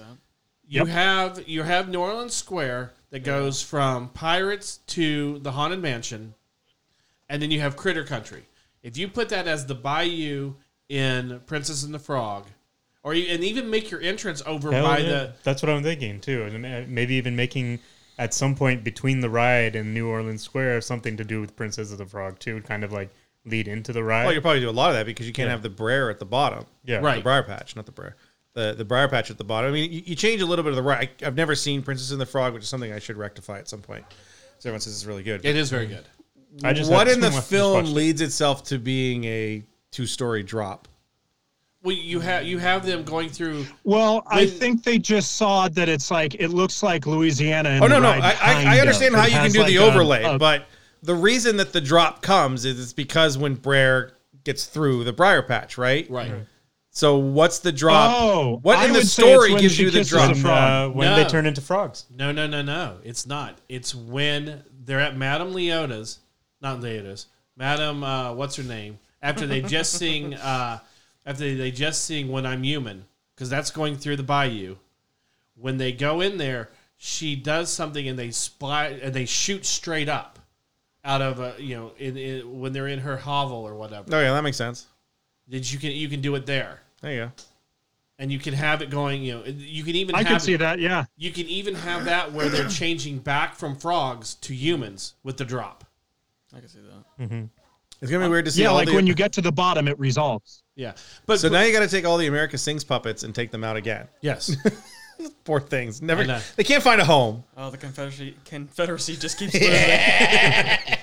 [SPEAKER 7] you
[SPEAKER 2] Yep.
[SPEAKER 7] have you have New Orleans Square that goes from Pirates to the Haunted Mansion, and then you have Critter Country. If you put that as the Bayou in Princess and the Frog, or you, and even make your entrance over
[SPEAKER 6] Hell
[SPEAKER 7] by
[SPEAKER 6] yeah.
[SPEAKER 7] the
[SPEAKER 6] That's what I'm thinking too. And uh, maybe even making at some point between the ride and New Orleans Square something to do with Princess of the Frog too, kind of like lead into the ride.
[SPEAKER 5] Well, you'll probably do a lot of that because you can't have the Brer at the bottom.
[SPEAKER 6] Yeah.
[SPEAKER 5] The
[SPEAKER 7] Right.
[SPEAKER 5] Briar Patch, not the Brer. The, the Briar Patch at the bottom. I mean, you, you change a little bit of the ride. I, I've never seen Princess and the Frog, which is something I should rectify at some point. So everyone says it's really good.
[SPEAKER 7] it is very good.
[SPEAKER 6] I just
[SPEAKER 5] what
[SPEAKER 6] had
[SPEAKER 5] in
[SPEAKER 6] too
[SPEAKER 5] the
[SPEAKER 6] much-
[SPEAKER 5] film
[SPEAKER 6] much-
[SPEAKER 5] leads itself to being a two story drop?
[SPEAKER 7] Well, you have you have them going through.
[SPEAKER 2] Well, I
[SPEAKER 7] When-
[SPEAKER 2] think they just saw that it's like it looks like Louisiana. in
[SPEAKER 5] Oh
[SPEAKER 2] the
[SPEAKER 5] no, no,
[SPEAKER 2] ride,
[SPEAKER 5] I,
[SPEAKER 2] kind
[SPEAKER 5] I, I
[SPEAKER 2] of.
[SPEAKER 5] understand how
[SPEAKER 2] It
[SPEAKER 5] you can
[SPEAKER 2] has
[SPEAKER 5] do the
[SPEAKER 2] like a-
[SPEAKER 5] overlay,
[SPEAKER 2] a-
[SPEAKER 5] but the reason that the drop comes is it's because when Brer gets through the Briar Patch, right?
[SPEAKER 7] Right.
[SPEAKER 5] So what's the drop?
[SPEAKER 2] Oh,
[SPEAKER 5] what
[SPEAKER 2] I
[SPEAKER 5] in the
[SPEAKER 2] would say it's
[SPEAKER 5] story
[SPEAKER 2] when
[SPEAKER 5] gives
[SPEAKER 2] she
[SPEAKER 5] you the
[SPEAKER 2] kisses
[SPEAKER 5] drop?
[SPEAKER 2] a frog.
[SPEAKER 6] uh, when they
[SPEAKER 7] No.
[SPEAKER 6] turn into frogs.
[SPEAKER 7] No, no, no, no. It's not. It's when they're at Madame Leota's, not Leota's, Madame, uh, what's her name? After
[SPEAKER 2] [laughs]
[SPEAKER 7] they just sing, uh, after they just sing "When I'm Human," because that's going through the bayou. When they go in there, she does something and they spy and they shoot straight up out of a you know in, in when they're in her hovel or whatever.
[SPEAKER 5] Oh yeah, that makes sense.
[SPEAKER 7] Did you can you can do it there
[SPEAKER 5] There you go.
[SPEAKER 7] and you can have it going. You know you can even
[SPEAKER 2] I
[SPEAKER 7] have
[SPEAKER 2] can
[SPEAKER 7] it-
[SPEAKER 2] see that. Yeah.
[SPEAKER 7] you can even have that where they're changing back from frogs to humans with the drop.
[SPEAKER 8] I can see that.
[SPEAKER 5] It's gonna be weird to see.
[SPEAKER 2] Uh, Yeah,
[SPEAKER 5] all
[SPEAKER 2] like
[SPEAKER 5] the,
[SPEAKER 2] when you get to the bottom, it resolves.
[SPEAKER 7] Yeah, but
[SPEAKER 5] So now you got to take all the America Sings puppets and take them out again. [laughs]
[SPEAKER 7] yes,
[SPEAKER 5] Poor things.
[SPEAKER 7] I
[SPEAKER 5] Never.
[SPEAKER 7] know.
[SPEAKER 5] They can't find a home.
[SPEAKER 8] Oh, the Confederacy Confederacy
[SPEAKER 6] [laughs]
[SPEAKER 8] just keeps losing.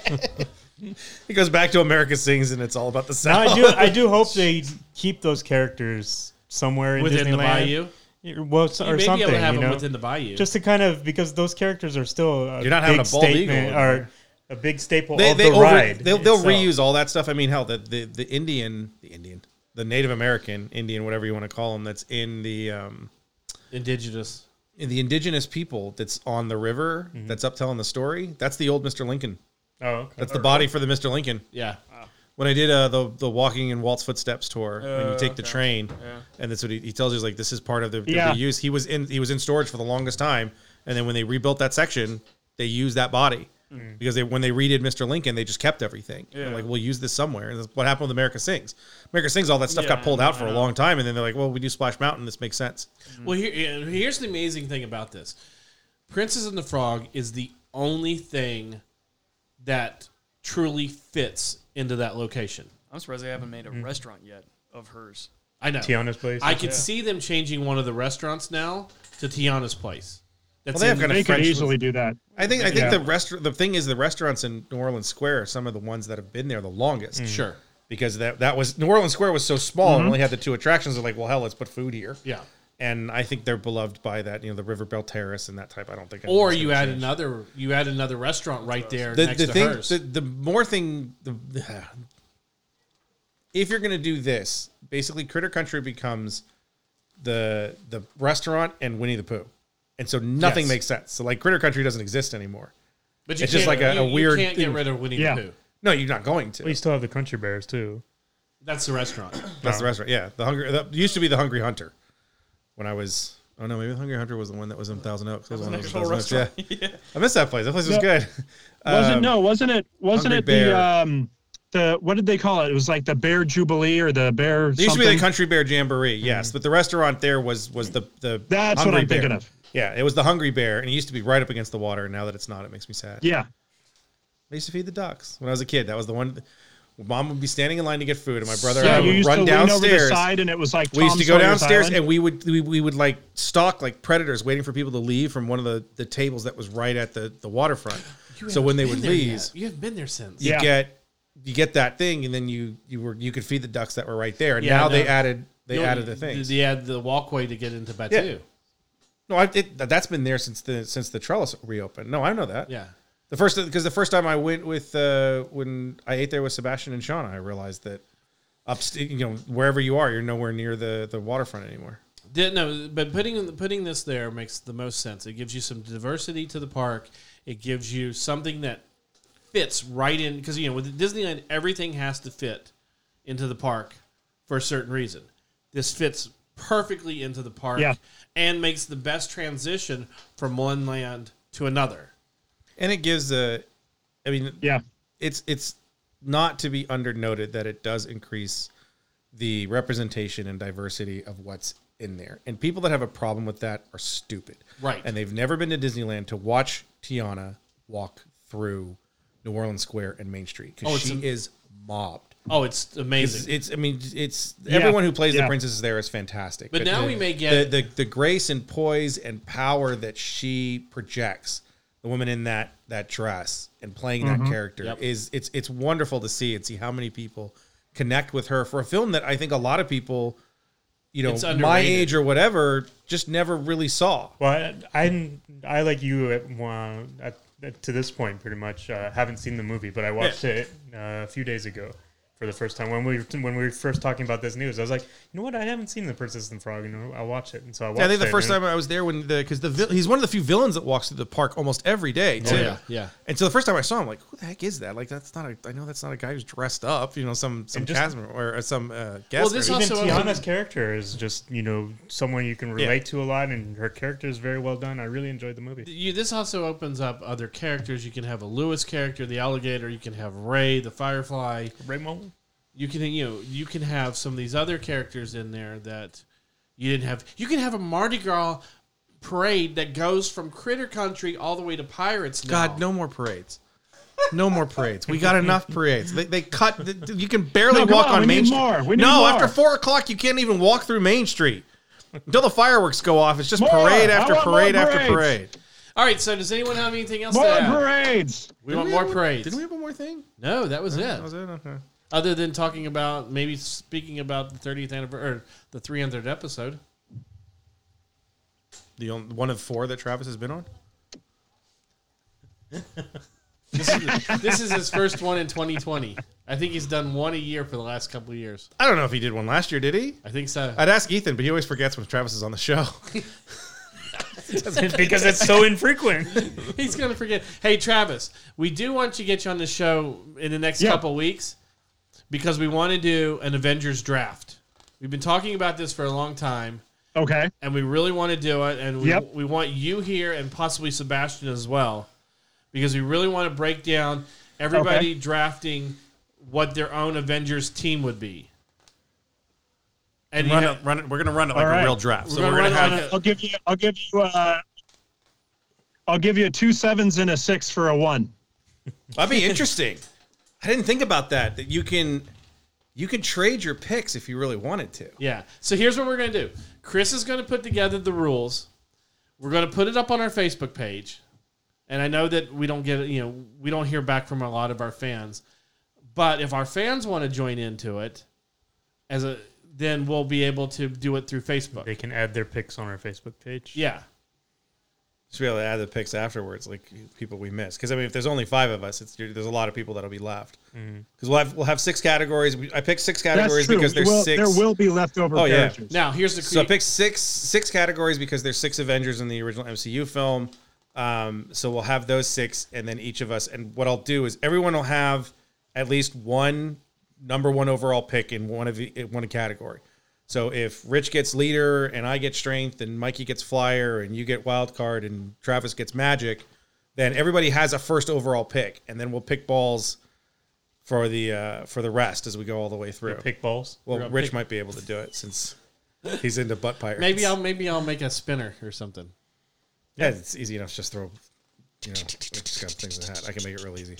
[SPEAKER 5] It goes back to America Sings, and it's all about the
[SPEAKER 6] Now,
[SPEAKER 5] South.
[SPEAKER 6] I do I do
[SPEAKER 7] [laughs]
[SPEAKER 6] hope they keep those characters somewhere in
[SPEAKER 7] within
[SPEAKER 6] Disneyland.
[SPEAKER 7] the bayou,
[SPEAKER 6] Yeah, Well, so-
[SPEAKER 7] you
[SPEAKER 6] or
[SPEAKER 7] may be
[SPEAKER 6] something,
[SPEAKER 7] able to have
[SPEAKER 6] you
[SPEAKER 7] them
[SPEAKER 6] know?
[SPEAKER 7] within the bayou.
[SPEAKER 6] just to kind of because those characters are still a
[SPEAKER 5] You're not
[SPEAKER 6] big
[SPEAKER 5] having a bald eagle
[SPEAKER 6] statement
[SPEAKER 5] in
[SPEAKER 6] or
[SPEAKER 5] there.
[SPEAKER 6] a big staple
[SPEAKER 5] they,
[SPEAKER 6] of
[SPEAKER 5] they
[SPEAKER 6] the
[SPEAKER 5] over-
[SPEAKER 6] ride.
[SPEAKER 5] They'll, they'll
[SPEAKER 6] itself.
[SPEAKER 5] reuse all that stuff. I mean, hell, the, the the Indian, the Indian, the Native American, Indian, whatever you want to call them, that's in the um,
[SPEAKER 7] indigenous.
[SPEAKER 5] in the indigenous people that's on the river
[SPEAKER 6] Mm-hmm.
[SPEAKER 5] that's up telling the story. That's the old Mister Lincoln.
[SPEAKER 6] Oh, okay.
[SPEAKER 5] That's the body for the Mister Lincoln.
[SPEAKER 7] Yeah,
[SPEAKER 5] When I did uh, the the Walking in Walt's Footsteps tour, when
[SPEAKER 8] Oh,
[SPEAKER 5] you take the
[SPEAKER 8] okay.
[SPEAKER 5] train,
[SPEAKER 8] Yeah.
[SPEAKER 5] and that's what he, he tells you is like this is part of the, the
[SPEAKER 2] Yeah.
[SPEAKER 5] reuse. He was in he was in storage for the longest time, and then when they rebuilt that section, they used that body because they when they redid Mr. Lincoln, they just kept everything. They're
[SPEAKER 8] Mm. Yeah.
[SPEAKER 5] Like we'll use this somewhere, and that's what happened with America Sings. America Sings, all that stuff
[SPEAKER 8] Yeah,
[SPEAKER 5] got pulled
[SPEAKER 8] I know,
[SPEAKER 5] out for
[SPEAKER 8] I
[SPEAKER 5] a
[SPEAKER 8] know.
[SPEAKER 5] long time, and then they're like, well, we do Splash Mountain. This makes sense.
[SPEAKER 7] Well, here, and here's the amazing thing about this: Princess and the Frog is the only thing that truly fits into that location.
[SPEAKER 8] I'm surprised they haven't made
[SPEAKER 6] Mm.
[SPEAKER 8] a restaurant yet of hers.
[SPEAKER 7] I know.
[SPEAKER 6] Tiana's place.
[SPEAKER 7] I could see them changing one of the restaurants now to Tiana's place. That's
[SPEAKER 5] Well, they have
[SPEAKER 7] in-
[SPEAKER 5] kind
[SPEAKER 2] They
[SPEAKER 5] of
[SPEAKER 2] could
[SPEAKER 5] French.
[SPEAKER 2] easily do that.
[SPEAKER 5] I think I think
[SPEAKER 2] Yeah.
[SPEAKER 5] the rest the thing is the restaurants in New Orleans Square are some of the ones that have been there the
[SPEAKER 8] Mm.
[SPEAKER 5] longest.
[SPEAKER 7] sure.
[SPEAKER 5] Because that, that was New Orleans Square was so small and only had the two attractions. They're like, well, hell, let's put food here.
[SPEAKER 7] Mm-hmm. Yeah.
[SPEAKER 5] and I think they're beloved by that, you know, the Riverbell Terrace and that type. I don't think.
[SPEAKER 7] Or
[SPEAKER 5] anyone's
[SPEAKER 7] you
[SPEAKER 5] gonna
[SPEAKER 7] add
[SPEAKER 5] change.
[SPEAKER 7] another you add another restaurant right there
[SPEAKER 5] the,
[SPEAKER 7] next
[SPEAKER 5] the
[SPEAKER 7] to
[SPEAKER 5] thing,
[SPEAKER 7] hers.
[SPEAKER 5] The, the more thing, the, the- if you're gonna do this, basically, Critter Country becomes the the restaurant and Winnie the Pooh, and so nothing
[SPEAKER 7] Yes.
[SPEAKER 5] makes sense. So like Critter Country doesn't exist anymore.
[SPEAKER 7] but you
[SPEAKER 5] it's just
[SPEAKER 7] can't-
[SPEAKER 5] like a-
[SPEAKER 7] you-
[SPEAKER 5] a weird
[SPEAKER 7] You can't get
[SPEAKER 5] thing.
[SPEAKER 7] rid of Winnie
[SPEAKER 2] Yeah.
[SPEAKER 7] the Pooh.
[SPEAKER 5] No, you're not going to.
[SPEAKER 6] Well, you still have the Country Bears too.
[SPEAKER 7] That's the restaurant.
[SPEAKER 5] That's the
[SPEAKER 6] No.
[SPEAKER 5] restaurant. Yeah, the hungry that used to be the Hungry Hunter. When I was, oh no, maybe the Hungry Hunter was the one that was in Thousand Oaks. That was one that was in
[SPEAKER 8] actual
[SPEAKER 5] Thousand Oaks, [laughs] Yeah. I miss that place. That place was good.
[SPEAKER 2] Wasn't
[SPEAKER 5] Um,
[SPEAKER 2] no, wasn't it? Wasn't
[SPEAKER 5] Hungry
[SPEAKER 2] it
[SPEAKER 5] Bear.
[SPEAKER 2] the um the what did they call it? It was like the Bear Jubilee or the Bear.
[SPEAKER 5] There used to be
[SPEAKER 2] something. Mm-hmm.
[SPEAKER 5] the Country Bear Jamboree, yes, but the restaurant there was was the the.
[SPEAKER 2] That's what
[SPEAKER 5] Hungry
[SPEAKER 2] I'm
[SPEAKER 5] Bear.
[SPEAKER 2] thinking of.
[SPEAKER 5] Yeah, it was the Hungry Bear, and it used to be right up against the water. And now that it's not, it makes me sad.
[SPEAKER 2] yeah,
[SPEAKER 5] I used to feed the ducks when I was a kid. That was the one. Mom would be standing in line to get food, and my brother
[SPEAKER 2] yeah.
[SPEAKER 5] and
[SPEAKER 2] You
[SPEAKER 5] I would
[SPEAKER 2] used to
[SPEAKER 5] run
[SPEAKER 2] lean over the
[SPEAKER 5] downstairs.
[SPEAKER 2] side, and it was like
[SPEAKER 5] We used
[SPEAKER 2] Tom
[SPEAKER 5] to go
[SPEAKER 2] Sawyer's
[SPEAKER 5] downstairs
[SPEAKER 2] Island.
[SPEAKER 5] and we would we, we would like stalk like predators, waiting for people to leave from one of the, the tables that was right at the, the waterfront. So when they would leave,
[SPEAKER 7] you haven't been there since.
[SPEAKER 5] you
[SPEAKER 2] Yeah.
[SPEAKER 5] get you get that thing, and then you you were you could feed the ducks that were right there. And
[SPEAKER 7] Yeah,
[SPEAKER 5] now
[SPEAKER 7] no.
[SPEAKER 5] they added they
[SPEAKER 7] You know,
[SPEAKER 5] added the things.
[SPEAKER 7] They add the walkway to get into Batu.
[SPEAKER 5] Yeah. no, I, it, that's been there since the since the trellis reopened. No, I know that.
[SPEAKER 7] Yeah.
[SPEAKER 5] The first because the first time I went with uh, when I ate there with Sebastian and Shauna, I realized that up you know wherever you are, you're nowhere near the the waterfront anymore.
[SPEAKER 7] Did, no, but putting putting this there makes the most sense. It gives you some diversity to the park. It gives you something that fits right in because you know with Disneyland everything has to fit into the park for a certain reason. This fits perfectly into the park
[SPEAKER 2] Yeah.
[SPEAKER 7] and makes the best transition from one land to another.
[SPEAKER 5] And it gives a, I mean,
[SPEAKER 2] yeah.
[SPEAKER 5] it's it's not to be undernoted that it does increase the representation and diversity of what's in there. And people that have a problem with that are stupid.
[SPEAKER 7] Right.
[SPEAKER 5] And they've never been to Disneyland to watch Tiana walk through New Orleans Square and Main Street because
[SPEAKER 7] Oh, it's
[SPEAKER 5] she
[SPEAKER 7] am-
[SPEAKER 5] is mobbed.
[SPEAKER 7] Oh, it's
[SPEAKER 5] It's,
[SPEAKER 7] amazing.
[SPEAKER 5] it's I mean it's everyone who plays the
[SPEAKER 2] Yeah.
[SPEAKER 5] princess there is fantastic.
[SPEAKER 7] But now
[SPEAKER 5] the-
[SPEAKER 7] we may get-
[SPEAKER 5] the, the the grace and poise and power that she projects. The woman in that that dress and playing that character
[SPEAKER 7] Mm-hmm. Yep.
[SPEAKER 5] is it's it's wonderful to see and see how many people connect with her for a film that I think a lot of people, you know,
[SPEAKER 7] It's
[SPEAKER 5] my
[SPEAKER 7] underrated.
[SPEAKER 5] age or whatever, just never really saw.
[SPEAKER 6] Well, I, I, I like you at, uh, at, at- to this point pretty much. Uh, haven't seen the movie, but I watched it uh, a few days ago for the first time when we when we were first talking about this news. I was like, you know what? I haven't seen the Princess and the Frog, and I'll watch it. And so I watched.
[SPEAKER 5] Yeah, I think the
[SPEAKER 6] it,
[SPEAKER 5] first
[SPEAKER 6] and-
[SPEAKER 5] time I was there when the because the vil- he's one of the few villains that walks through the park almost every day
[SPEAKER 2] Oh,
[SPEAKER 5] too.
[SPEAKER 7] yeah, yeah.
[SPEAKER 5] And so the first time I saw him, like, who the heck is that? Like, that's not a. I know that's not a guy who's dressed up. You know, some some
[SPEAKER 6] just-
[SPEAKER 5] chasm or uh, some uh, guest.
[SPEAKER 7] this
[SPEAKER 5] or-
[SPEAKER 7] also-
[SPEAKER 6] Even
[SPEAKER 7] So, um,
[SPEAKER 6] Tiana's character is just you know someone you can relate to a lot, and her character is very well done. I really enjoyed the movie.
[SPEAKER 7] you this also opens up other characters. You can have a Lewis character, the alligator. You can have Ray, the firefly.
[SPEAKER 6] Raymond,
[SPEAKER 7] You can you know you can have some of these other characters in there that you didn't have. You can have a Mardi Gras parade that goes from Critter Country all the way to Pirates. Now.
[SPEAKER 5] Oh God, no more parades. No more parades. We
[SPEAKER 2] [laughs]
[SPEAKER 5] got enough parades. They, they cut. th- th- you can barely
[SPEAKER 2] No, come
[SPEAKER 5] walk
[SPEAKER 2] on,
[SPEAKER 5] on
[SPEAKER 2] we
[SPEAKER 5] Main
[SPEAKER 2] need
[SPEAKER 5] Street.
[SPEAKER 2] more. We need
[SPEAKER 5] no,
[SPEAKER 2] more.
[SPEAKER 5] after four o'clock, you can't even walk through Main Street until the fireworks go off. It's just
[SPEAKER 2] More.
[SPEAKER 5] parade
[SPEAKER 2] I
[SPEAKER 5] after
[SPEAKER 2] want more
[SPEAKER 5] parade after
[SPEAKER 2] parades.
[SPEAKER 5] parade.
[SPEAKER 7] All right. So does anyone have anything else
[SPEAKER 2] More
[SPEAKER 7] to add?
[SPEAKER 2] parades.
[SPEAKER 7] We want more parades.
[SPEAKER 5] Didn't we have one more thing?
[SPEAKER 7] No, that was it.
[SPEAKER 5] That was it. Okay.
[SPEAKER 7] Other than talking about maybe speaking about the 30th anniversary or the 300th episode.
[SPEAKER 5] The only, one of four that Travis has been on.
[SPEAKER 7] This is, this is his first one in 2020. I think he's done one a year for the last couple of years.
[SPEAKER 5] I don't know if he did one last year. Did he?
[SPEAKER 7] I think so.
[SPEAKER 5] I'd ask Ethan, but he always forgets when Travis is on the show.
[SPEAKER 6] [laughs]
[SPEAKER 5] [laughs]
[SPEAKER 6] because it's so infrequent.
[SPEAKER 7] He's gonna forget. Hey Travis, we do want to get you on the show in the next
[SPEAKER 2] Yeah.
[SPEAKER 7] couple weeks because we want to do an Avengers draft. We've been talking about this for a long time,
[SPEAKER 2] Okay.
[SPEAKER 7] and we really want to do it. And we
[SPEAKER 2] Yep.
[SPEAKER 7] we want you here and possibly Sebastian as well because we really want to break down everybody drafting what their own Avengers team would be. And you
[SPEAKER 5] run
[SPEAKER 7] have-
[SPEAKER 5] it, run it. We're gonna run it like
[SPEAKER 2] All
[SPEAKER 5] a
[SPEAKER 2] right.
[SPEAKER 5] real draft. So
[SPEAKER 7] We're
[SPEAKER 5] we're,
[SPEAKER 7] gonna
[SPEAKER 5] gonna
[SPEAKER 7] run it
[SPEAKER 5] have.
[SPEAKER 7] like
[SPEAKER 2] I'll give you. I'll give you. Uh, I'll give you two sevens and a six for a one.
[SPEAKER 5] That'd [laughs] be interesting. I didn't think about that. That you can, you can trade your picks if you really wanted to.
[SPEAKER 7] Yeah. So here's what we're going to do Chris is going to put together the rules. We're going to put it up on our Facebook page. And I know that we don't get, you know, we don't hear back from a lot of our fans. But if our fans want to join into it, as a then we'll be able to do it through Facebook.
[SPEAKER 6] They can add their pics on our Facebook page.
[SPEAKER 7] Yeah.
[SPEAKER 5] Just be able to add the pics afterwards, like people we missed. Because I mean, if there's only five of us, it's there's a lot of people that'll be left. Because we'll have we'll have six categories. We- I picked six
[SPEAKER 2] That's
[SPEAKER 5] categories
[SPEAKER 2] true.
[SPEAKER 5] because
[SPEAKER 2] We
[SPEAKER 5] there's
[SPEAKER 2] will-
[SPEAKER 5] six.
[SPEAKER 2] There will be leftover
[SPEAKER 5] Oh, yeah.
[SPEAKER 2] characters.
[SPEAKER 7] Now here's the
[SPEAKER 5] So I
[SPEAKER 7] cre-
[SPEAKER 5] picked six six categories because there's six Avengers in the original MCU film. Um, so we'll have those six, and then each of us. And what I'll do is everyone will have at least one number one overall pick in one of the in one category. So if Rich gets leader and I get strength and Mikey gets flyer and you get wild card and Travis gets magic, then everybody has a first overall pick, and then we'll pick balls for the uh, for the rest as we go all the way through.
[SPEAKER 6] Pick balls.
[SPEAKER 5] well,
[SPEAKER 7] gonna
[SPEAKER 5] Rich
[SPEAKER 7] pick-
[SPEAKER 5] might be able to do it since he's into butt pirates.
[SPEAKER 7] maybe I'll maybe I'll make a spinner or something.
[SPEAKER 5] Yeah, it's easy enough. Just throw. You know, I just got things in the hat. I can make it real easy.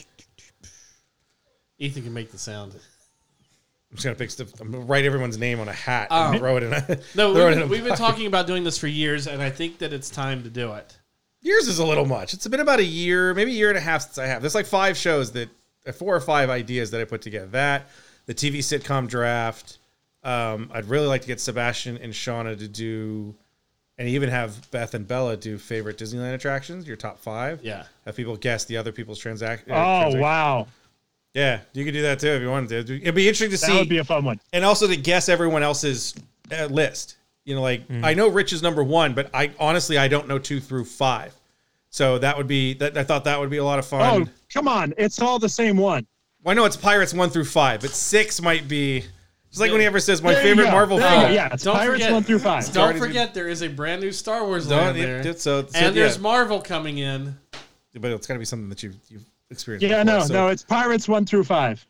[SPEAKER 7] Ethan can make the sound.
[SPEAKER 5] I'm just gonna pick stuff. I'm gonna write everyone's name on a hat and
[SPEAKER 7] Um,
[SPEAKER 5] throw it in a.
[SPEAKER 7] No,
[SPEAKER 5] throw
[SPEAKER 7] we've,
[SPEAKER 5] it in a
[SPEAKER 7] been- we've been
[SPEAKER 5] bucket.
[SPEAKER 7] talking about doing this for years, and I think that it's time to do it.
[SPEAKER 5] Yours is a little much. It's been about a year, maybe a year and a half since I have. There's like five shows that, uh, four or five ideas that I put together. That, the TV sitcom draft. Um, I'd really like to get Sebastian and Shauna to do, and even have Beth and Bella do favorite Disneyland attractions, your top five.
[SPEAKER 7] Yeah.
[SPEAKER 5] Have people guess the other people's transaction.
[SPEAKER 2] Oh wow,
[SPEAKER 5] Yeah, you could do that too if you wanted to. It'd be interesting to
[SPEAKER 2] that
[SPEAKER 5] see.
[SPEAKER 2] would be a fun one.
[SPEAKER 5] and also to guess everyone else's uh, list. You know, like
[SPEAKER 7] Mm-hmm.
[SPEAKER 5] I know Rich is number one, but I honestly I don't know two through five. So that would be that. I thought that would be a lot of
[SPEAKER 2] Oh
[SPEAKER 5] fun.
[SPEAKER 2] come on, it's all the same one.
[SPEAKER 5] Well, I know it's Pirates one through five, but six might be. It's like when he ever says my
[SPEAKER 2] There you
[SPEAKER 5] favorite
[SPEAKER 2] go.
[SPEAKER 5] Marvel
[SPEAKER 2] There you
[SPEAKER 5] film.
[SPEAKER 2] go. Yeah, it's
[SPEAKER 7] Don't
[SPEAKER 2] Pirates
[SPEAKER 7] forget-
[SPEAKER 2] one through five.
[SPEAKER 7] Don't
[SPEAKER 5] already been-
[SPEAKER 7] forget, there is a brand new Star Wars
[SPEAKER 5] Don't-
[SPEAKER 7] land there,
[SPEAKER 5] it- so, so,
[SPEAKER 7] and there's
[SPEAKER 5] yeah.
[SPEAKER 7] Marvel coming in.
[SPEAKER 5] but it's got to be something that you you've experienced.
[SPEAKER 2] Yeah,
[SPEAKER 5] before,
[SPEAKER 2] no,
[SPEAKER 5] so.
[SPEAKER 2] no, it's Pirates one through
[SPEAKER 5] [laughs]
[SPEAKER 2] five.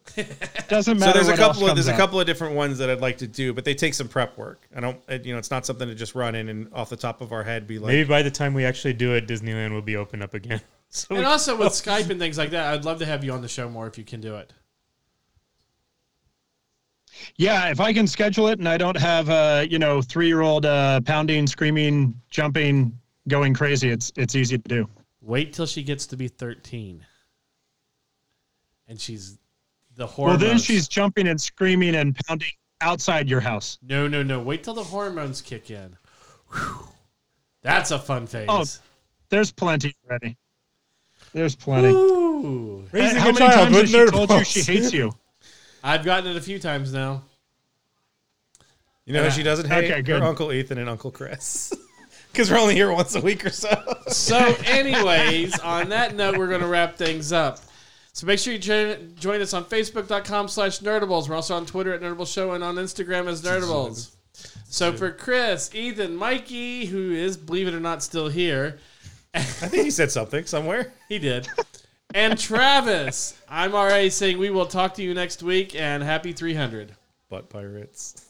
[SPEAKER 2] Doesn't matter.
[SPEAKER 5] So there's a
[SPEAKER 2] what
[SPEAKER 5] couple
[SPEAKER 2] else
[SPEAKER 5] of there's
[SPEAKER 2] comes
[SPEAKER 5] a
[SPEAKER 2] up.
[SPEAKER 5] couple of different ones that I'd like to do, but they take some prep work. I don't, it- you know, it's not something to just run in and off the top of our head be like,
[SPEAKER 6] Maybe by the time we actually do it, Disneyland will be open up again. [laughs] So
[SPEAKER 7] And also
[SPEAKER 2] Oh.
[SPEAKER 7] with Skype and things like that, I'd love to have you on the show more if you can do it.
[SPEAKER 2] Yeah, if I can schedule it and I don't have uh, you know three year old uh, pounding, screaming, jumping, going crazy, it's it's easy to do.
[SPEAKER 7] Wait till she gets to be 13, and she's the
[SPEAKER 2] Well,
[SPEAKER 7] hormones.
[SPEAKER 2] then she's jumping and screaming and pounding outside your house.
[SPEAKER 7] no, no, no. Wait till the hormones kick in. Whew. That's a fun phase.
[SPEAKER 2] Oh, there's plenty already. There's plenty.
[SPEAKER 7] Ooh.
[SPEAKER 2] Hey,
[SPEAKER 6] Raising
[SPEAKER 2] How
[SPEAKER 6] a
[SPEAKER 2] many
[SPEAKER 6] child
[SPEAKER 2] times
[SPEAKER 6] with
[SPEAKER 2] has she
[SPEAKER 6] nerve
[SPEAKER 2] told you
[SPEAKER 6] blocks.
[SPEAKER 2] she hates you?
[SPEAKER 7] I've gotten it a few times now.
[SPEAKER 5] You know, who she doesn't hate
[SPEAKER 2] Okay, good.
[SPEAKER 5] her uncle Ethan and uncle Chris [laughs] because we're only here once a week or so.
[SPEAKER 7] So, anyways, on that note, we're going to wrap things up. So make sure you join, join us on Facebook.com slash Nerdables. We're also on Twitter at Nerdable Show and on Instagram as Nerdables. So for Chris, Ethan, Mikey, who is, believe it or not, still here,
[SPEAKER 5] I think he said something somewhere.
[SPEAKER 7] he
[SPEAKER 5] [laughs]
[SPEAKER 7] did, and Travis, I'm already saying we will talk to you next week and happy 300.
[SPEAKER 5] Butt pirates.